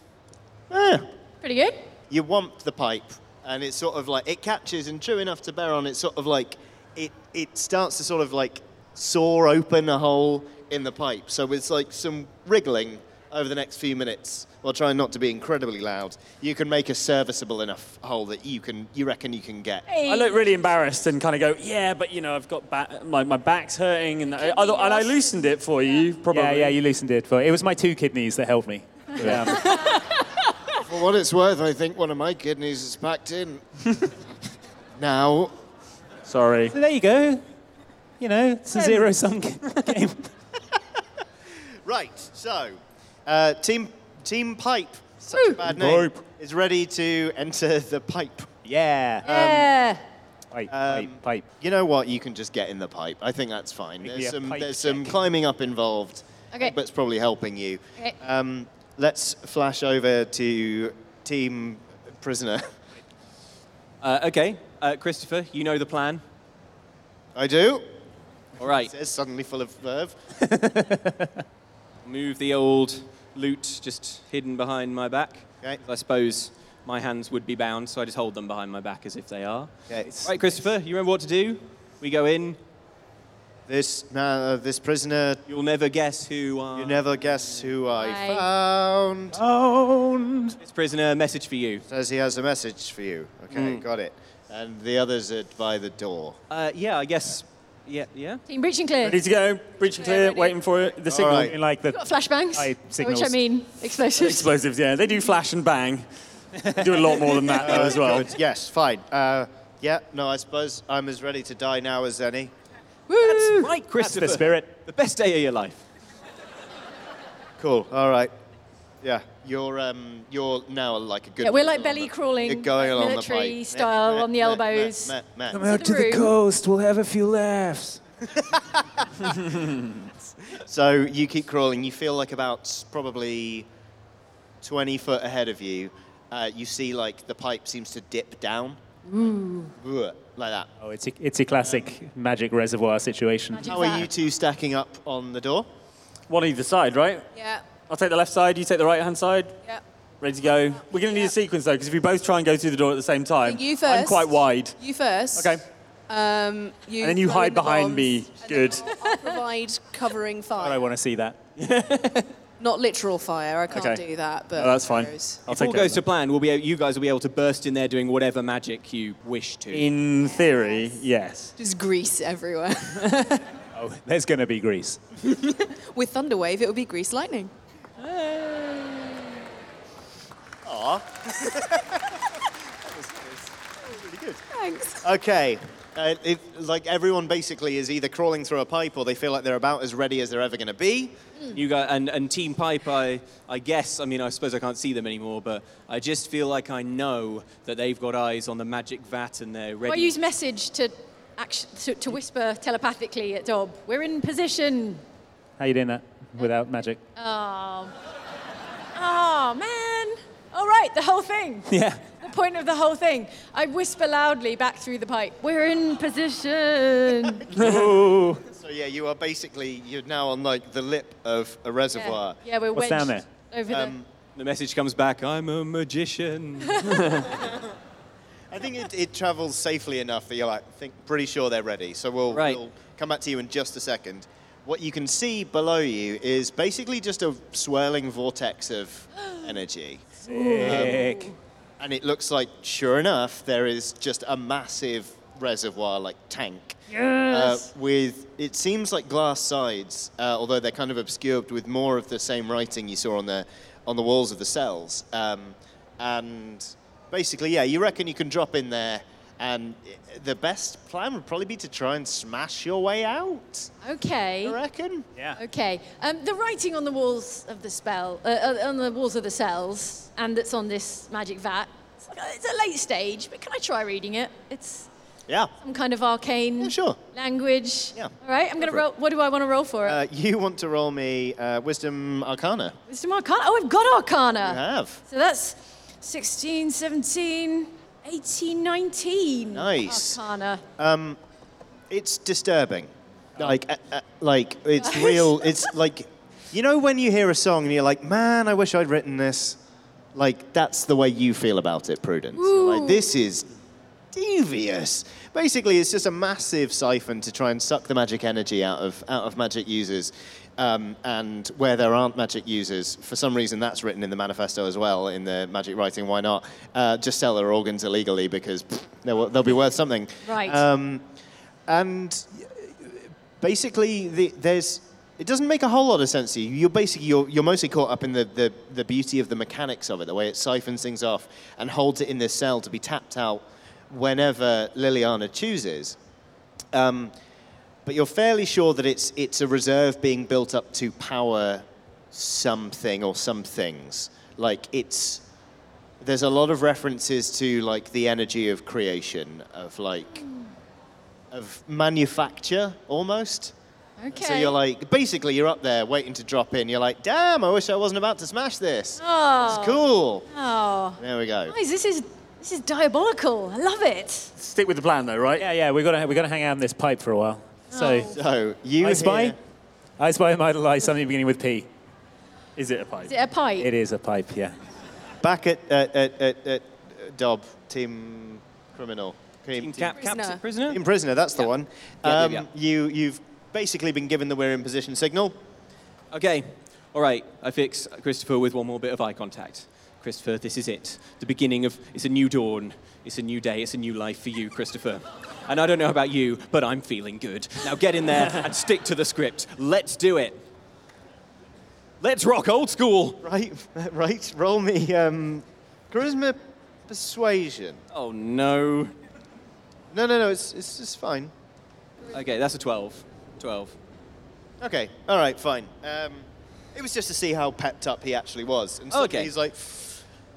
Ah, Pretty good. you womp the pipe, and it's sort of like it catches, and true enough to Baron, it's sort of like it it starts to sort of like saw open a hole in the pipe. So with like some wriggling over the next few minutes, while trying not to be incredibly loud, you can make a serviceable enough hole that you can you reckon you can get. I look really embarrassed and kind of go, yeah, but you know, I've got ba- my, my back's hurting, and I, I, thought- and I loosened it for you, probably. Yeah, yeah, you loosened it. But it was my two kidneys that helped me. Um, For what it's worth, I think one of my kidneys is packed in. now, Sorry. so there you go. You know, it's a zero sum g- game. Right, so uh, Team Team Pipe, such a bad name, Pipe. is ready to enter the pipe. Yeah. Yeah. Pipe, um, pipe, pipe. You know what? You can just get in the pipe. I think that's fine. Make me There's a some pipe there's some check. climbing up involved. Okay. But it's probably helping you. Okay. Um, let's flash over to Team Prisoner. Uh, okay, uh, Christopher, you know the plan. I do. All right, Says suddenly full of verve. move the old loot just hidden behind my back. Okay. I suppose my hands would be bound, so I just hold them behind my back as if they are. Okay. Right, Christopher, you remember what to do? We go in. This uh, this prisoner. You'll never guess who are. You never guess who I Hi. found. Owned. This prisoner message for you. Says he has a message for you. Okay, got it. And the others are by the door. Uh, yeah, I guess. Yeah, yeah. Team breaching clear. Ready to go, breaching clear, waiting for it, the signal. right. In like the Got flashbangs. I- Which I signals. mean explosives. Explosives, yeah. They do flash and bang. They do a lot more than that, though, as well. Good. Yes, fine. Uh, yeah, no, I suppose I'm as ready to die now as any. Right, that's Christopher. the spirit. The best day of your life. Cool. All right. Yeah, you're um, you're now like a good. Yeah, we're like person on belly the- crawling, You're going like along military the pipe. style Meh, on the meh, elbows. meh, meh, meh. out to the room. coast. We'll have a few laughs. So you keep crawling. You feel like about s- probably twenty foot ahead of you. Uh, you see like the pipe seems to dip down. Ooh. Mm. Like that. Oh, it's a, it's a classic magic reservoir situation. How are you two stacking up on the door? One either side, right? Yeah, I'll take the left side, you take the right hand side. yeah. Ready to go. We're going to need a sequence, though, because if we both try and go through the door at the same time, You I'm first. quite wide. You first. Okay. Um, you And then you throw in hide the behind bombs, me. and Good. then I'll- I'll provide covering I fire. want to see that. Not literal fire. I can't Okay. do that. But No, that's fine. those. I'll if all take goes it. to plan, we'll be, a- you guys will be able to burst in there doing whatever magic you wish to. In theory, yes. Just grease everywhere. Oh, there's going to be grease. With Thunderwave, it would be grease lightning. Thanks. Okay. Uh, if, like everyone basically is either crawling through a pipe or they feel like they're about as ready as they're ever going to be. You guys, and, and Team Pipe, I, I guess, I mean, I suppose I can't see them anymore, but I just feel like I know that they've got eyes on the magic vat and they're I ready. use message to, act- to to whisper telepathically at Dob. We're in position. How you doing that without magic? Oh. Oh man. All right, the whole thing. Yeah. The point of the whole thing. I whisper loudly back through the pipe. We're in position. Um, So yeah, you are basically you're now on like the lip of a reservoir. Yeah, we're What's wedged down there? over Um, the message comes back I'm a magician. I think it, it travels safely enough that you're like think pretty sure they're ready. So we'll, Right. we'll come back to you in just a second. What you can see below you is basically just a swirling vortex of energy. Sick. And it looks like, sure enough, there is just a massive reservoir, like tank, yes. uh, with it seems like glass sides, uh, although they're kind of obscured with more of the same writing you saw on the on the walls of the cells. Um, and basically, yeah, you reckon you can drop in there And the best plan would probably be to try and smash your way out. Okay. You reckon? Yeah. Okay. Um, the writing on the walls of the spell, uh, uh, on the walls of the cells, and that's on this magic vat. It's, like, uh, it's a late stage, but can I try reading it? It's Yeah. some kind of arcane sure. language. Yeah. All right. I'm Go gonna for it. roll. What do I want to roll for it? Uh, you want to roll me uh, Wisdom Arcana? Mr. Arcana. Oh, I've got Arcana. You have. So that's 16, 17, 18, 19. Nice. Arcana. Um, it's disturbing. Like, uh, uh, like it's real. It's like, you know, when you hear a song and you're like, "Man, I wish I'd written this." Like, that's the way you feel about it, Prudence. You're Like, this is devious. Basically, it's just a massive siphon to try and suck the magic energy out of out of magic users. Um, and where there aren't magic users, for some reason that's written in the manifesto as well in the magic writing. Why not? Uh, just sell their organs illegally because pff, they'll, they'll be worth something. Right. Um, and basically, the, there's it doesn't make a whole lot of sense to you. You're basically you're, you're mostly caught up in the, the, the beauty of the mechanics of it, the way it siphons things off and holds it in this cell to be tapped out whenever Liliana chooses. Um, but you're fairly sure that it's it's a reserve being built up to power something or some things. Like it's there's a lot of references to like the energy of creation of like of manufacture almost. Okay. So you're like basically you're up there waiting to drop in. You're like, damn, I wish I wasn't about to smash this. Oh. It's cool. Oh. There we go. Guys, this is this is diabolical. I love it. Stick with the plan, though, right? Yeah, yeah. We're gonna we're gonna hang out on this pipe for a while. Oh. So, so you I spy, hear- I spy and idolize something beginning with P. Is it a pipe? Is it a pipe? It is a pipe. Yeah. Back at at, at, at, at Dob Team Criminal. Team, Cap- Cap- Prisoner. Prisoner? Team Prisoner. That's the one. Yeah, yeah, Um, yeah. You you've basically been given the we're in position signal. Okay, all right. I fix Christopher with one more bit of eye contact. Christopher, this is it. The beginning of it's a new dawn. It's a new day. It's a new life for you, Christopher. And I don't know about you, but I'm feeling good. Now get in there and stick to the script. Let's do it. Let's rock old school. Right, right. Roll me um, charisma persuasion. Oh no. No, no, no. It's it's just fine. Okay, that's a 12. 12. Okay. All right. Fine. Um, it was just to see how pepped up he actually was. And suddenly Okay. he's like,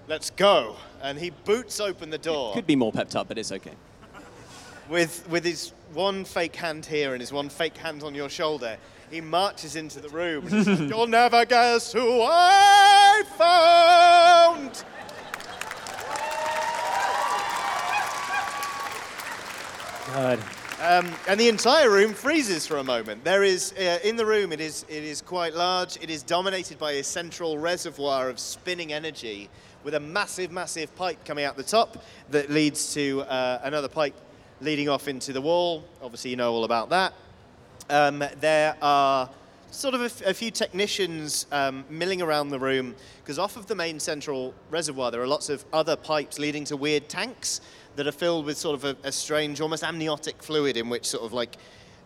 "Let's go!" And he boots open the door Could be more pepped up, but it's okay. with with his one fake hand here and his one fake hand on your shoulder. He marches into the room. and he's like, You'll never guess who I found. God. Um, and the entire room freezes for a moment. There is, uh, in the room, it is, it is quite large. It is dominated by a central reservoir of spinning energy with a massive, massive pipe coming out the top that leads to uh, another pipe leading off into the wall. Obviously, you know all about that. Um, there are sort of a, f- a few technicians um, milling around the room because off of the main central reservoir there are lots of other pipes leading to weird tanks that are filled with sort of a, a strange, almost amniotic fluid in which sort of like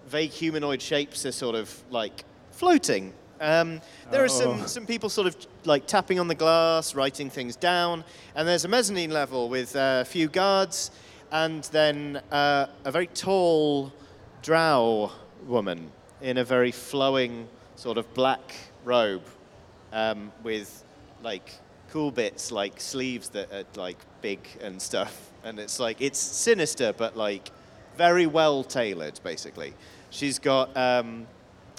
vague humanoid shapes are sort of like floating. Um, there are some, Oh. some people sort of like tapping on the glass, writing things down, and there's a mezzanine level with uh, a few guards, and then uh, a very tall drow woman in a very flowing sort of black robe um, with like cool bits like sleeves that are like big and stuff and it's like it's sinister but like very well tailored basically she's got um,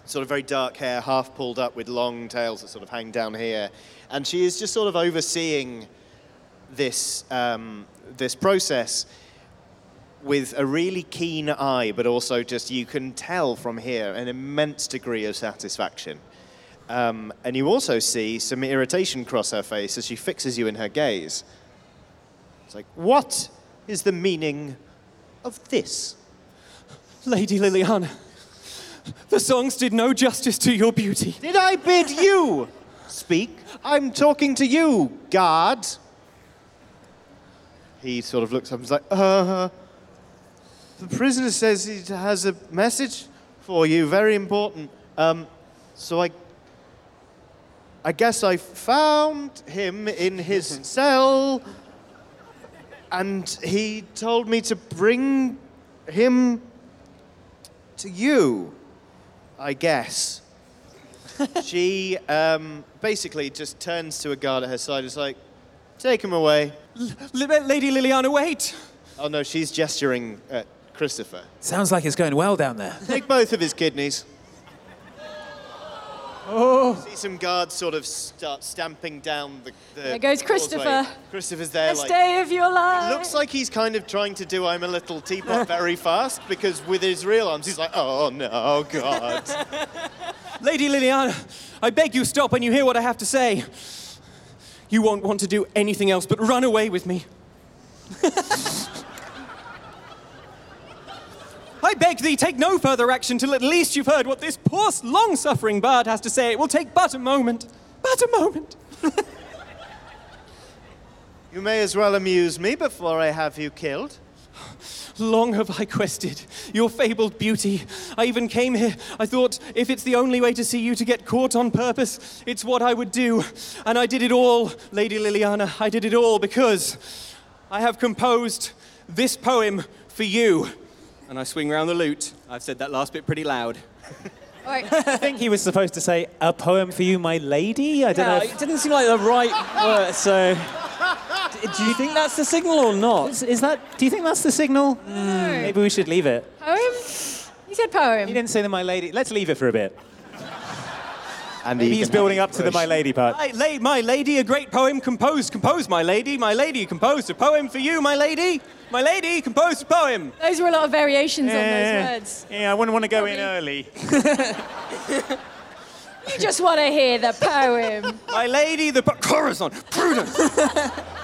sort of very dark hair half pulled up with long tails that sort of hang down here and she is just sort of overseeing this um, this process with a really keen eye, but also just you can tell from here an immense degree of satisfaction. Um, and you also see some irritation cross her face as she fixes you in her gaze. It's like, what is the meaning of this? Lady Liliana, the songs did no justice to your beauty. Did I bid you speak? I'm talking to you, guard. He sort of looks up and is like, uh, the prisoner says he has a message for you, very important. Um, so I, I guess I found him in his cell, and he told me to bring him to you, I guess. she um, basically just turns to a guard at her side and is like, Take him away. Lady Liliana, wait! Oh no, she's gesturing at Christopher. Sounds like it's going well down there. Take both of his kidneys. Oh. See some guards sort of start stamping down the. the There goes Christopher. causeway. Christopher's there. Best like, day of your life. Looks like he's kind of trying to do I'm a little teapot very fast because with his real arms he's like, oh no, God. Lady Liliana, I beg you stop when you hear what I have to say. You won't want to do anything else but run away with me. I beg thee, take no further action till at least you've heard what this poor, long suffering bard has to say. It will take but a moment. But a moment. you may as well amuse me before I have you killed. Long have I quested your fabled beauty. I even came here. I thought if it's the only way to see you to get caught on purpose, it's what I would do. And I did it all, Lady Liliana. I did it all because I have composed this poem for you. And I swing round the lute. I've said that last bit pretty loud. I think he was supposed to say, A poem for you, my lady? I don't know. Yeah, if- it didn't seem like the right word, so. D- Do you think that's the signal or not? Is, is that? Do you think that's the signal? Maybe we should leave it. Poem? You said poem. He didn't say the my lady. Let's leave it for a bit. And Maybe he's building up to the my lady part. I, la- my lady, a great poem composed. Compose, my lady. My lady, composed a poem for you, my lady. My lady, composed a poem. Those were a lot of variations on Yeah. those words. Yeah, I wouldn't want to go in early. You just want to hear the poem. My lady, the po- Corazon, Prudence.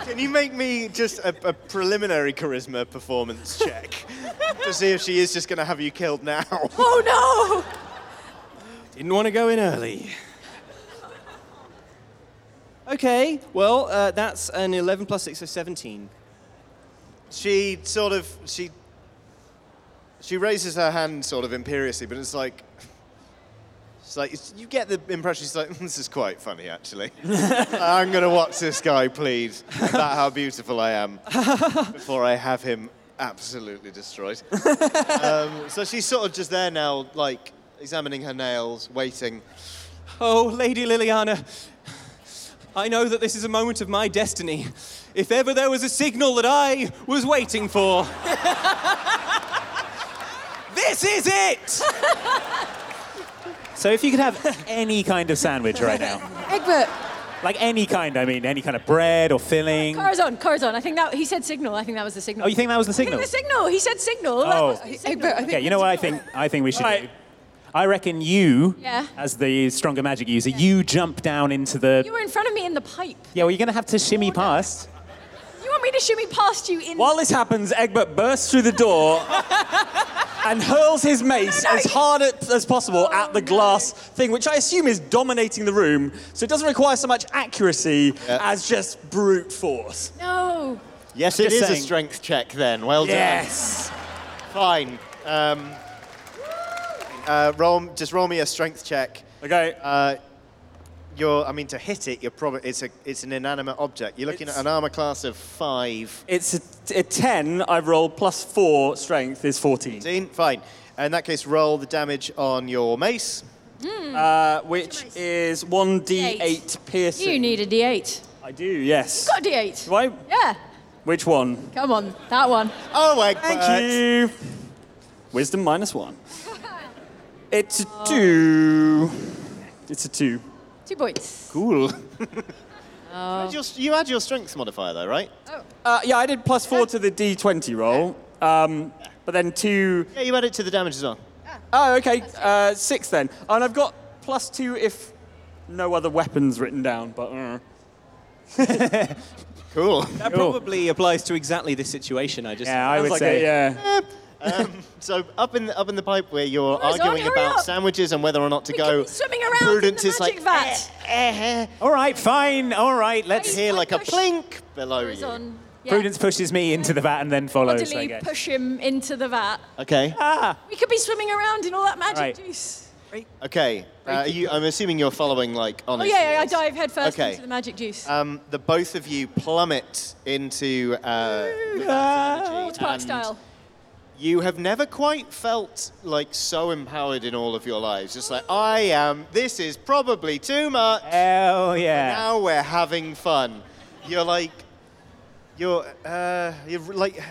Can you make me just a, a preliminary charisma performance check to see if she is just going to have you killed now? oh no! Didn't want to go in early. Okay, well, uh, that's an 11 plus 6, so 17. She sort of she she raises her hand sort of imperiously, but it's like it's like it's, you get the impression she's like "Hmm, this is quite funny actually. I'm going to watch this guy plead about how beautiful I am before I have him absolutely destroyed. um, so she's sort of just there now, like examining her nails, waiting. Oh, Lady Liliana, I know that this is a moment of my destiny. If ever there was a signal that I was waiting for, this is it! So if you could have any kind of sandwich right now, Egbert, like any kind, I mean, any kind of bread or filling. Corazon, Corazon. I think that he said signal. I think that was the signal. Oh, you think that was the I signal? think the signal. He said signal. That Oh. was the signal. Okay, you know what I think? I think we should. Right. do? I reckon you, Yeah. as the stronger magic user, you jump down into the. You were in front of me in the pipe. Yeah, well, you're gonna have to shimmy past. You want me to shimmy past you in? While this happens, Egbert bursts through the door and hurls his mace as hard at- as possible at the glass thing, which I assume is dominating the room, so it doesn't require so much accuracy as just brute force. No. Yes, it is Just a saying. strength check then. Well Yes. done. Fine. Um, uh, roll, just roll me a strength check. Okay. Uh, you're, I mean, to hit it, you're probably it's a it's an inanimate object. You're looking It's- at an armor class of five. It's a, a 10. I've rolled plus 4 strength is 14. 15, Fine. In that case, roll the damage on your mace. Uh, which is 1d8 piercing. You need a D8. I do, yes. Got a D8. Do I? Yeah. Which one? Come on, that one. Oh my god! you. Wisdom minus 1. It's a 2. It's a 2. Two points. Cool. You had your- you had your strength modifier though, right? Uh, yeah, I did plus 4 to the d20 roll. Um, but then 2. Yeah, you add it to the damage as well. Oh, okay. Uh, 6 then. And I've got plus 2 if no other weapons written down, but. Uh. Cool. That probably applies to exactly this situation I just. Oh. Yeah, I Sounds would like say. a- yeah. So up in the, up in the pipe where you're Horizon, arguing hurry about up. sandwiches and whether or not to We go. could be swimming around in Prudence the is magic like, vat. eh, eh, eh. All right, fine. All right, let's. Hear like a push. plink below you. Corazon. Yeah. Prudence pushes me into the vat and then follows. I Bodily guess. push him into the vat. Okay. Ah. We could be swimming around in all that magic Right. juice. Okay. Uh, are you, I'm assuming you're following like Oh, on. his yeah, yeah, I heels. dive headfirst Okay. into the magic juice. Um, the both of you plummet into. Uh, Water Ah, park and- style. you have never quite felt like so empowered in all of your lives. Just like I am. This is probably too much. Hell Oh, yeah. Now we're having fun. You're like. You're. Uh, you're like.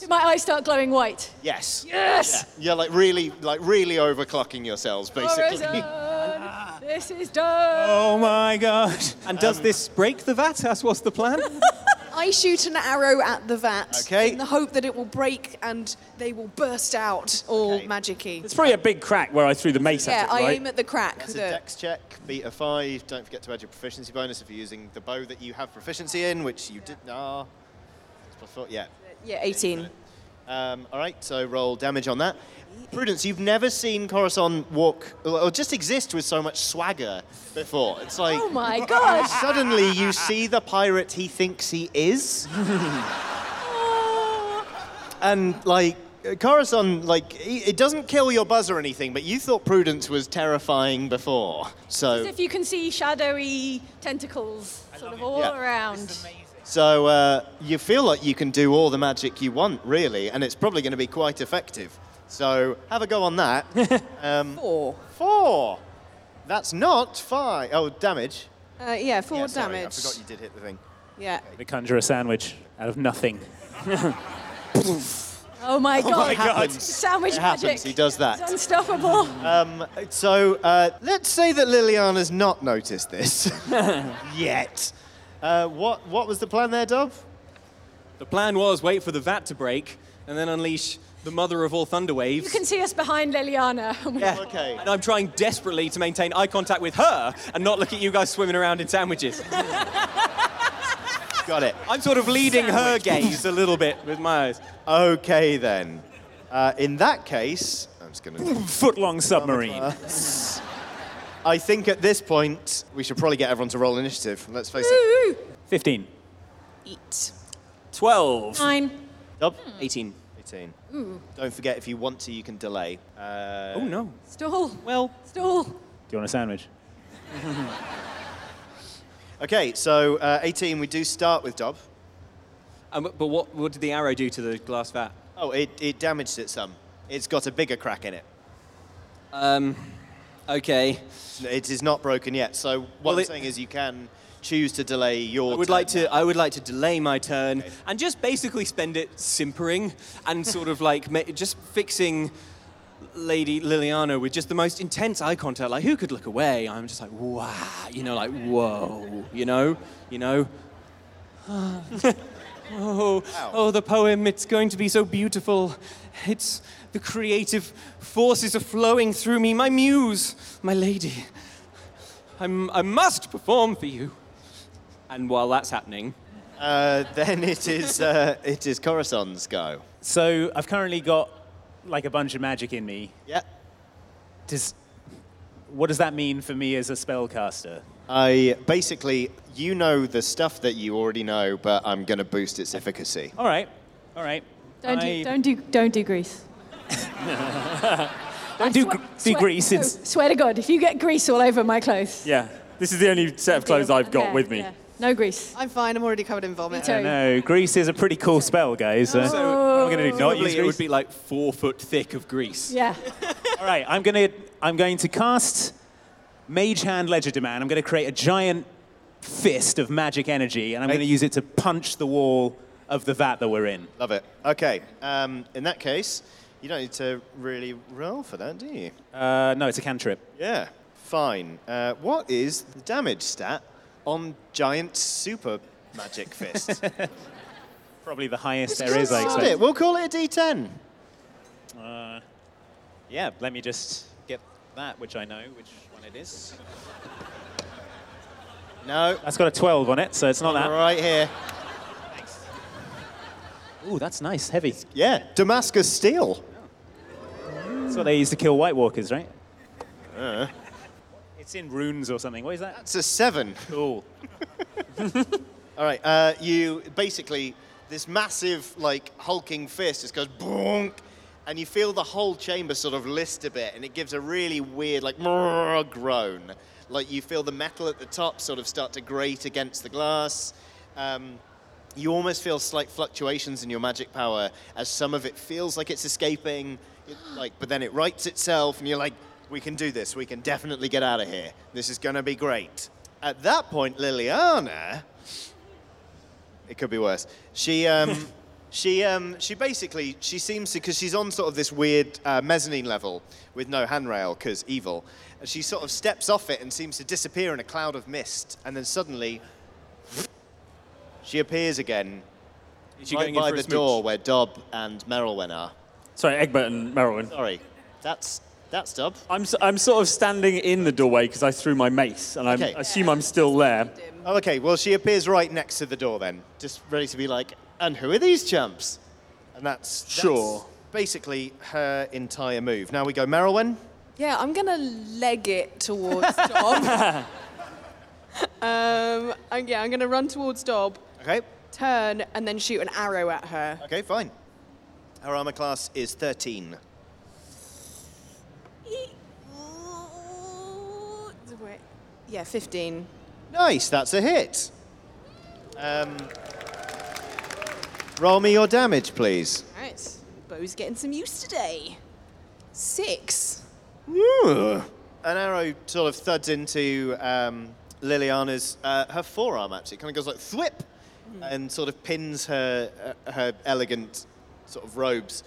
Do my eyes start glowing white? Yes. Yes! Yeah. You're like really, like really overclocking yourselves, basically. Horizon, this is done. Oh my god. Um, And does this break the vat? That's what's the plan? I shoot an arrow at the vat Okay. in the hope that it will break and they will burst out all magic-y. It's probably a big crack where I threw the mace yeah, at it, I right? aim at the crack. That's a the- dex check, beat a five. Don't forget to add your proficiency bonus if you're using the bow that you have proficiency in, which you did. Ah, it's plus four. Yeah. yeah, 18. Um, all right. So roll damage on that. Prudence, you've never seen Coruscant walk or just exist with so much swagger before. It's like Oh my Uh, God. Suddenly, you see the pirate he thinks he is. and like Coruscant, like he- it doesn't kill your buzz or anything, but you thought Prudence was terrifying before. As So, if you can see shadowy tentacles sort of all Yeah. around. so uh, you feel like you can do all the magic you want, really, and it's probably going to be quite effective. So have a go on that. um, four. Four. That's not five. Oh, damage. Uh, yeah, four Yeah, sorry, damage. I forgot you did hit the thing. Yeah. We conjure a sandwich out of nothing. Oh my Oh my god. God. Sandwich It happens, magic. he does that. It's unstoppable. Um, so uh, let's say that Liliana's not noticed this yet. Uh, what what was the plan there, Dove? The plan was wait for the vat to break and then unleash the mother of all thunder You waves. can see us behind Liliana. Yeah. Okay. And I'm trying desperately to maintain eye contact with her and not look at you guys swimming around in sandwiches. Got it. I'm sort of leading her gaze a little bit with my eyes. Okay then. Uh, in that case, I'm just gonna. Footlong submarine. I think at this point we should probably get everyone to roll initiative. Let's face it. 15. Eat. 12. Nine. Dub. 18. 18. Ooh. Don't forget if you want to, you can delay. Uh, Oh, no. Stall. Well, Stall. Do you want a sandwich? Okay, so uh, 18. We do start with Dob. Um, but what, what did the arrow do to the glass vat? Oh, it, it damaged it some. It's got a bigger crack in it. Um, okay. It is not broken yet. So what Well, I'm it- saying is you can choose to delay your. I would turn like now. to. I would like to delay my turn and just basically spend it simpering and sort of like ma- just fixing Lady Liliana with just the most intense eye contact. Like who could look away? I'm just like wow, you know, like whoa, you know, you know. oh, oh, the poem. It's going to be so beautiful. It's the creative forces are flowing through me. My muse, my lady. I'm, I must perform for you. And while that's happening, Uh, then it is uh, it is Coruscant's go. So I've currently got like a bunch of magic in me. Yeah. Does what does that mean for me as a spellcaster? I basically you know the stuff that you already know, but I'm going to boost its efficacy. All right, all right. Don't I- do don't do don't do grease. Don't do, gr- do grease. Swear, It's no, swear to God, if you get grease all over my clothes. Yeah. This is the only set of clothes I've got Yeah, with me. yeah. No grease. I'm fine. I'm already covered in vomit. Me too. no grease is a pretty cool spell, guys. Uh, what am I gonna Oh. do? Not probably use it grease? would be like four foot thick of grease. Yeah. All right, I'm gonna I'm going to cast Mage Hand Ledger Demand. I'm gonna create a giant fist of magic energy, and I'm gonna use it to punch the wall of the vat that we're in. Love it. Okay. Um, in that case, you don't need to really roll for that, do you? Uh, no, it's a cantrip. Yeah. Fine. Uh, what is the damage stat on giant super magic fist? Probably the highest there is. I Let's expect. it. We'll call it a D10. Yeah, let me just get that, which I know which one it is. No. That's got a 12 on it, so it's not that. Right here. Ooh, that's nice, heavy. That's Yeah. Damascus steel. what they used to kill White Walkers, right? Uh. It's in runes or something. What is that? It's a seven. Cool. All right. Uh, you basically this massive like hulking fist just goes boonk, and you feel the whole chamber sort of list a bit, and it gives a really weird, like, groan. Like you feel the metal at the top sort of start to grate against the glass. Um, you almost feel slight fluctuations in your magic power as some of it feels like it's escaping, it- like, but then it rights itself, and you're like, we can do this. We can definitely get out of here. This is going to be great. At that point, Liliana it could be worse. She, um, she, um, she basically, she seems to, because she's on sort of this weird uh, mezzanine level with no handrail, because evil. And She sort of steps off it and seems to disappear in a cloud of mist, and then suddenly, she appears again. Is she right going in by for a the smooch? door where Dob and Merylwen are. Sorry, Egbert and Merwin. Sorry, that's that's Dob. I'm s- I'm sort of standing in the doorway because I threw my mace, and I'm, Okay. I assume I'm still there. Oh, okay, well, she appears right next to the door then, just ready to be like, and who are these chumps? And that's, that's Sure. basically her entire move. Now we go Merylwen. Yeah, I'm gonna leg it towards Dob. um, and yeah, I'm gonna run towards Dob. Okay. Turn and then shoot an arrow at her. Okay, fine. Her armor class is 13. Wait, Yeah, 15. Nice, that's a hit. Um, roll me your damage, please. All right, Bo's getting some use today. Six. Ooh. An arrow sort of thuds into um, Liliana's uh, her forearm. Actually, kind of goes like thwip, and sort of pins her uh, her elegant sort of robes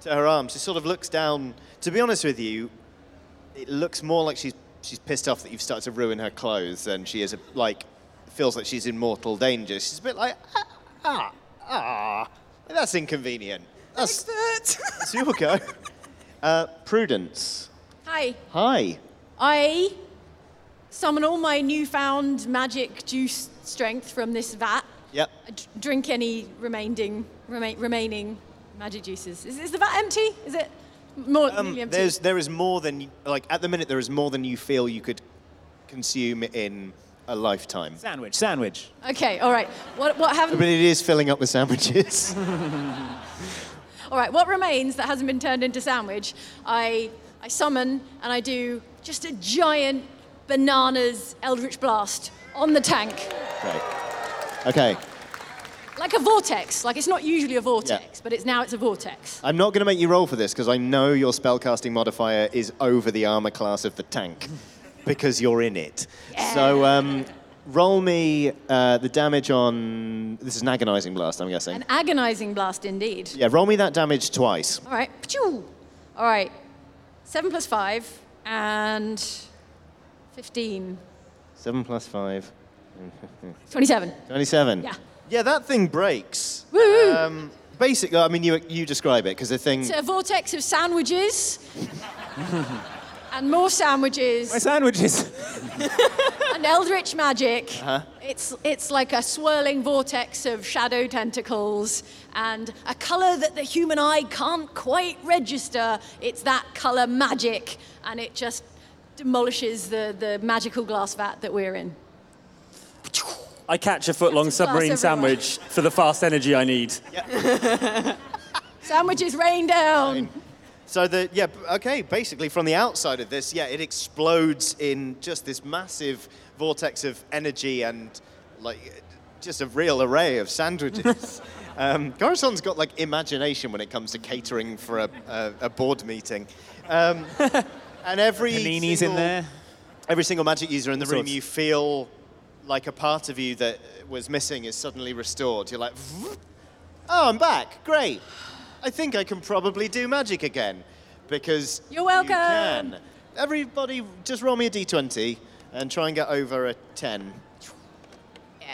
to her arm. She sort of looks down. To be honest with you, it looks more like she's she's pissed off that you've started to ruin her clothes, and she is a, like feels like she's in mortal danger. She's a bit like ah ah ah. That's inconvenient. That's, that's your go. Uh, prudence. Hi. Hi. I summon all my newfound magic juice strength from this vat. Yep. I d- drink any remaining remain, remaining magic juices. Is, is the vat empty? Is it more Um, nearly empty? there's there is more than you- like at the minute there is more than you feel you could consume in a lifetime. Sandwich, sandwich. Okay, all right. What what But haven't? it is filling up with sandwiches. All right, what remains that hasn't been turned into sandwich? I I summon and I do just a giant bananas eldritch blast on the tank. Great. Okay. like a vortex. Like it's not usually a vortex, but it's now it's a vortex. I'm not going to make you roll for this because I know your spellcasting modifier is over the armor class of the tank because you're in it. So um, roll me uh, the damage on. This is an agonizing blast, I'm guessing. An agonizing blast indeed. Yeah, roll me that damage twice. All right. Pachoo. All right. Seven plus five and 15. 7 plus 5. 27. 27. Yeah. Yeah, that thing breaks. Woo! Um, basically, I mean, you, you describe it because the thing. It's a vortex of sandwiches and more sandwiches. My sandwiches. and eldritch magic. Uh-huh. It's, it's like a swirling vortex of shadow tentacles and a color that the human eye can't quite register. It's that color magic, and it just demolishes the, the magical glass vat that we're in. I catch a foot-long submarine glass everywhere. sandwich for the fast energy I need. Sandwiches rain down. So the yeah b- okay, basically from the outside of this, yeah, it explodes in just this massive vortex of energy and like just a real array of sandwiches. um, Coruscant's got like imagination when it comes to catering for a, a, a board meeting, um, and every Panini's in single- there. Every single magic user in the All room, sorts. you feel like a part of you that was missing is suddenly restored. You're like, oh, I'm back. Great. I think I can probably do magic again because You're welcome. you can. Everybody, just roll me a d20 and try and get over a 10. Yeah,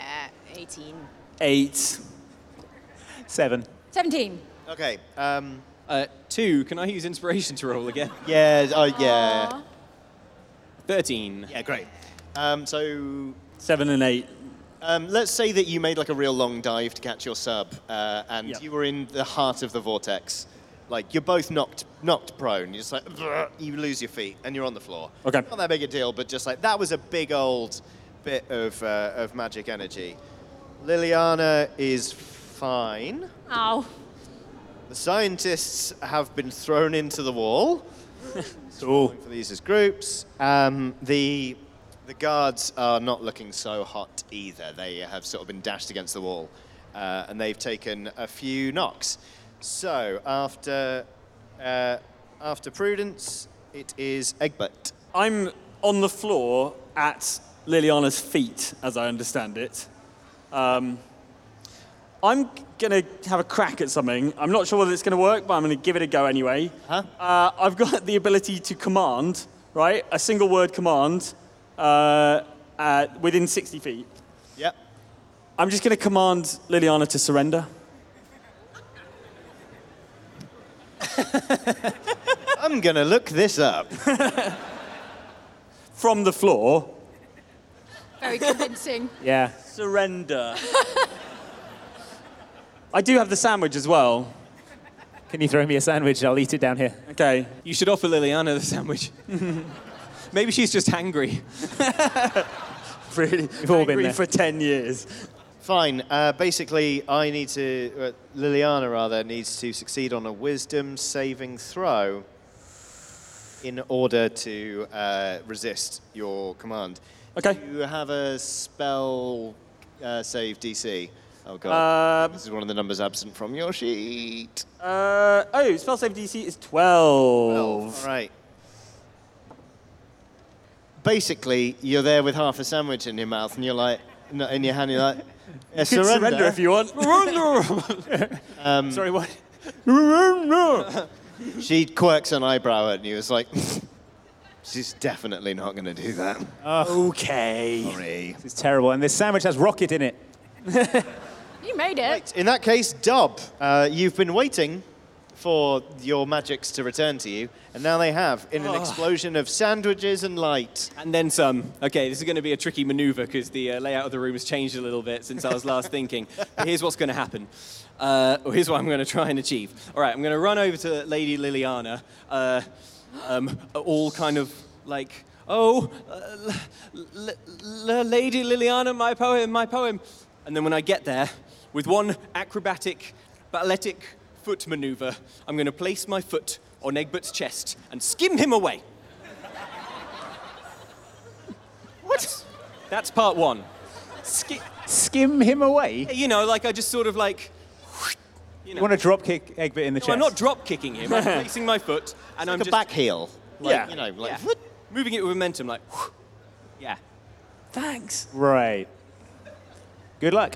18. Eight. Seven. 17. Okay. Um, uh, two. Can I use inspiration to roll again? Yeah. Oh, yeah. Thirteen. Yeah, great. Um, so seven and eight. Um, let's say that you made like a real long dive to catch your sub, uh, and Yeah. you were in the heart of the vortex. Like you're both knocked knocked prone. You're just like "Brr," you lose your feet and you're on the floor. Okay. Not that big a deal, but just like that was a big old bit of uh, of magic energy. Liliana is fine. Ow. The scientists have been thrown into the wall. cool. For these as groups, um, the the guards are not looking so hot either. They have sort of been dashed against the wall, uh, and they've taken a few knocks. So after uh, after Prudence, it is Egbert. I'm on the floor at Liliana's feet, as I understand it. Um, I'm going to have a crack at something. I'm not sure whether it's going to work, but I'm going to give it a go anyway. Huh? Uh, I've got the ability to command, right? A single word command uh, uh, within 60 feet. Yep. I'm just going to command Liliana to surrender. I'm going to look this up. From the floor. Very convincing. Yeah. Surrender. I do have the sandwich as well. Can you throw me a sandwich? I'll eat it down here. Okay. You should offer Liliana the sandwich. Maybe she's just hangry. really? We've all been there. for 10 years. Fine. Uh, basically, I need to. Uh, Liliana, rather, needs to succeed on a wisdom saving throw in order to uh, resist your command. Okay. You have a spell uh, save DC. Oh, God. Um, this is one of the numbers absent from your sheet. Uh, oh, spell save DC is 12. All right. Basically, you're there with half a sandwich in your mouth, and you're like, no, in your hand, you're like, "Yeah, You could surrender. surrender if you want. Um, Sorry, what? she quirks an eyebrow at you. It's like, she's definitely not going to do that. Okay. Sorry. It's terrible. And this sandwich has rocket in it. You made it. In that case, Dob, uh, you've been waiting for your magics to return to you, and now they have in an Oh. explosion of sandwiches and light. And then some. Okay, this is going to be a tricky maneuver because the uh, layout of the room has changed a little bit since I was last thinking. But here's what's going to happen. Uh, or here's what I'm going to try and achieve. All right, I'm going to run over to Lady Liliana, uh, um, all kind of like, oh, uh, l- l- l- Lady Liliana, my poem, my poem. And then when I get there, with one acrobatic, balletic foot maneuver, I'm going to place my foot on Egbert's chest and skim him away. What? That's part one. Ski- Skim him away. you know, like I just sort of like. You, know. You want to drop kick Egbert in the No, chest? I'm not drop kicking him. I'm placing my foot and I'm Like a just back heel. Like, Yeah. You know, like, yeah, moving it with momentum, like. Yeah. Thanks. Right. Good luck.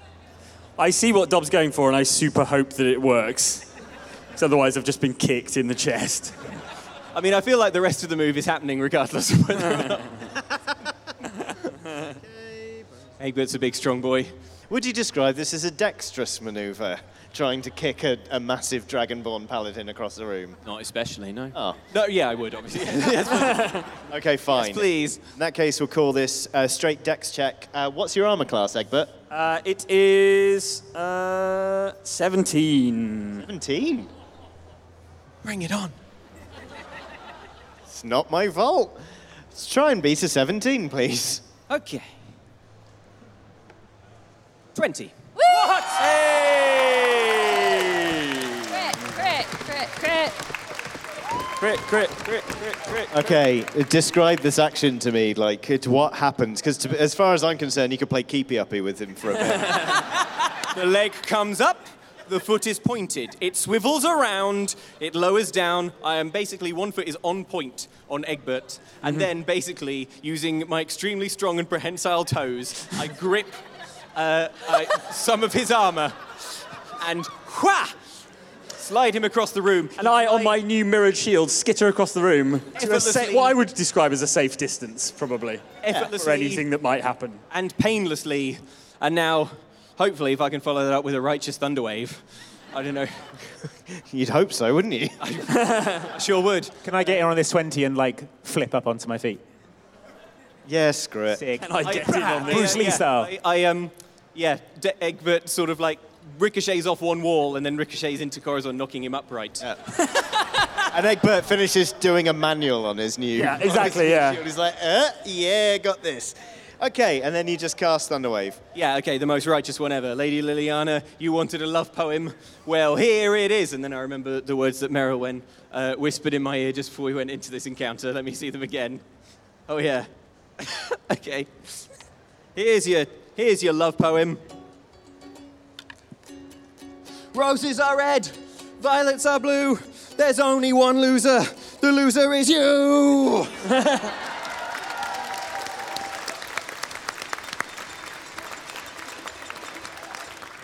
I see what Dob's going for, and I super hope that it works. Because otherwise, I've just been kicked in the chest. I mean, I feel like the rest of the move is happening regardless of whether or not. Egbert's a big, strong boy. Would you describe this as a dexterous maneuver, trying to kick a, a massive dragonborn paladin across the room? Not especially, no. Oh, No, yeah, I would, obviously. Yes, okay, fine. please. In that case, we'll call this uh, straight dex check. Uh, what's your armor class, Egbert? Uh, it is uh, 17. 17. Bring it on. It's not my fault. Let's try and beat a 17, please. Okay. 20. Crit, crit, crit, crit. Crit, crit, crit, crit, crit. Okay, describe this action to me. Like, it, what happens? Because as far as I'm concerned, you could play keepy uppy with him for a bit. The leg comes up, the foot is pointed. It swivels around, it lowers down. I am basically one foot is on point on Egbert, Mm-hmm. and then basically using my extremely strong and prehensile toes, I grip uh, I, some of his armor and wha slide him across the room. And I, on my new mirrored shield, skitter across the room to a sa- Effortlessly. what I would describe as a safe distance, probably. Effortlessly. For anything that might happen. and painlessly, and now, hopefully, if I can follow that up with a righteous thunderwave, I don't know, You'd hope so, wouldn't you? I sure would. Can I get in on this 20 and like flip up onto my feet? yeah, screw it. Sick. And I get in on this. Bruce Lee yeah, style. I, I um, yeah, De- Egbert sort of like ricochets off one wall and then ricochets into Corazon, knocking him upright. And Egbert finishes doing a manual on his new. Yeah, exactly, yeah. He's like, uh, yeah, got this. Okay, and then you just cast Thunderwave. Yeah, okay, the most righteous one ever. Lady Liliana, you wanted a love poem. Well, here it is. And then I remember the words that Merylwen uh, whispered in my ear just before we went into this encounter. Let me see them again. Oh, yeah. okay. Here's your, here's your love poem. Roses are red, violets are blue. There's only one loser. The loser is you.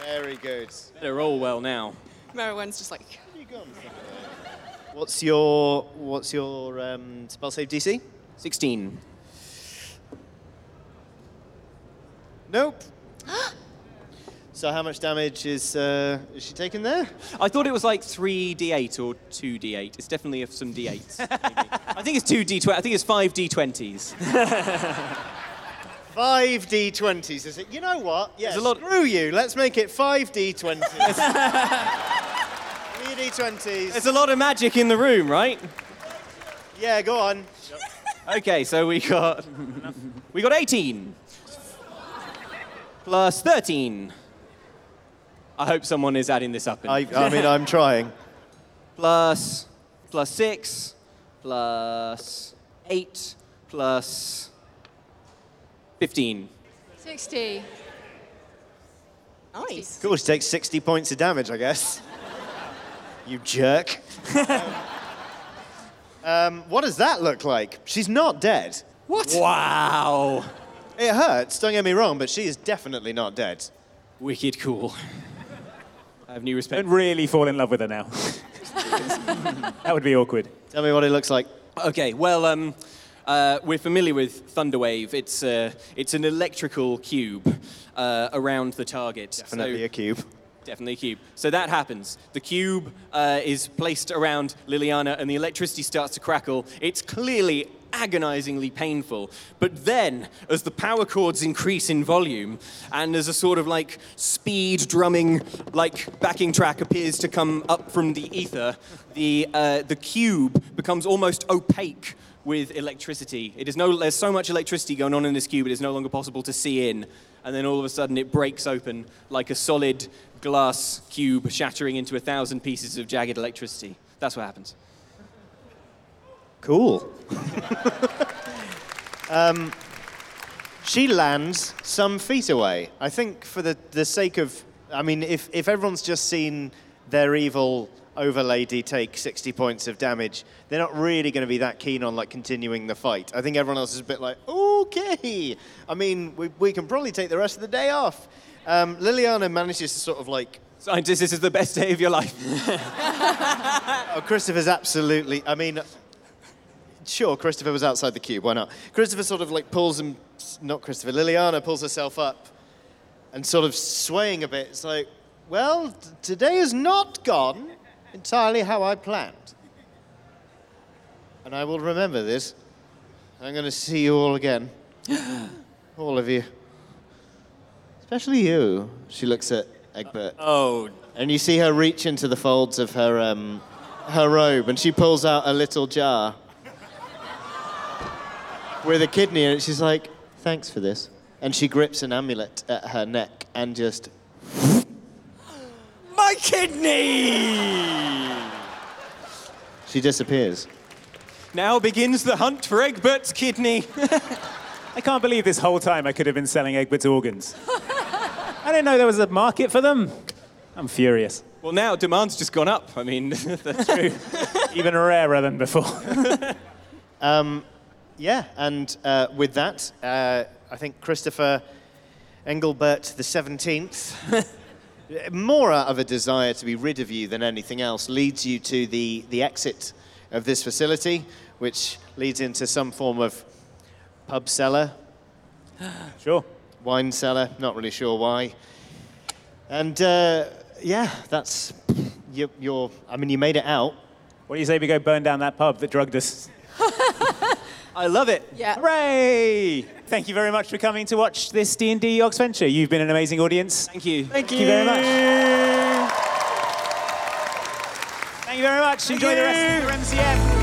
Very good. They're all well now. Merowyn's just like, What's your what's your um, spell save DC? Sixteen. Nope. so how much damage is uh, is she taking there? I thought it was like 3d8 or 2d8. It's definitely of some d8s. maybe. I think it's 2d20. I think it's 5d20s. Five D twenties, is it? You know what? Yeah, There's a lot- screw you. Let's make it five D twenties. Three D twenties. There's a lot of magic in the room, right? Yeah, go on. Okay, so we got we got 18 plus 13. I hope someone is adding this up. I, I mean, I'm trying. plus plus six plus eight plus fifteen. 60. Nice. Cool. She takes sixty points of damage, I guess. you jerk. um, what does that look like? She's not dead. What? Wow. It hurts. Don't get me wrong, but she is definitely not dead. Wicked cool. I have new respect. Don't really fall in love with her now. that would be awkward. Tell me what it looks like. Okay, well, um, uh, we're familiar with Thunderwave. It's, uh, it's an electrical cube uh, around the target. So- Definitely a cube. Definitely a cube. So that happens. The cube uh, is placed around Liliana, and the electricity starts to crackle. It's clearly agonizingly painful. But then, as the power chords increase in volume, and as a sort of like speed drumming, like backing track appears to come up from the ether, the, uh, the cube becomes almost opaque with electricity. It is no, there's so much electricity going on in this cube, it is no longer possible to see in. And then all of a sudden it breaks open like a solid glass cube shattering into a thousand pieces of jagged electricity. That's what happens. Cool. um, she lands some feet away. I think for the, the sake of, I mean, if, if everyone's just seen their evil overlady take 60 points of damage, they're not really going to be that keen on like continuing the fight. I think everyone else is a bit like, okay. I mean, we, we can probably take the rest of the day off. Um, Liliana manages to sort of like Scientist, this is the best day of your life. Oh, Christopher's absolutely. I mean, sure, Christopher was outside the cube. Why not? Christopher sort of like pulls him. Not Christopher. Liliana pulls herself up, and sort of swaying a bit. It's like, well, t- today has not gone entirely how I planned, and I will remember this. I'm going to see you all again, all of you, especially you. She looks at Egbert. Oh, And you see her reach into the folds of her um, her robe, and she pulls out a little jar with a kidney in it. She's like, "Thanks for this," and she grips an amulet at her neck and just my kidney! she disappears. Now begins the hunt for Egbert's kidney. I can't believe this whole time I could have been selling Egbert's organs. I didn't know there was a market for them. I'm furious. Well, now demand's just gone up. I mean, that's true. Even rarer than before. Um, yeah, and uh, with that, uh, I think Christopher Engelbert the Seventeenth, more out of a desire to be rid of you than anything else, leads you to the the exit of this facility, which leads into some form of pub cellar, Sure. wine cellar. Not really sure why. And uh, yeah, that's your, your. I mean, you made it out. What do you say we go burn down that pub that drugged us? I love it. yeah. Hooray! Thank you very much for coming to watch this D&D Ox Venture. You've been an amazing audience. Thank you. Thank you very much. Thank you very much. Enjoy the rest of your MCM.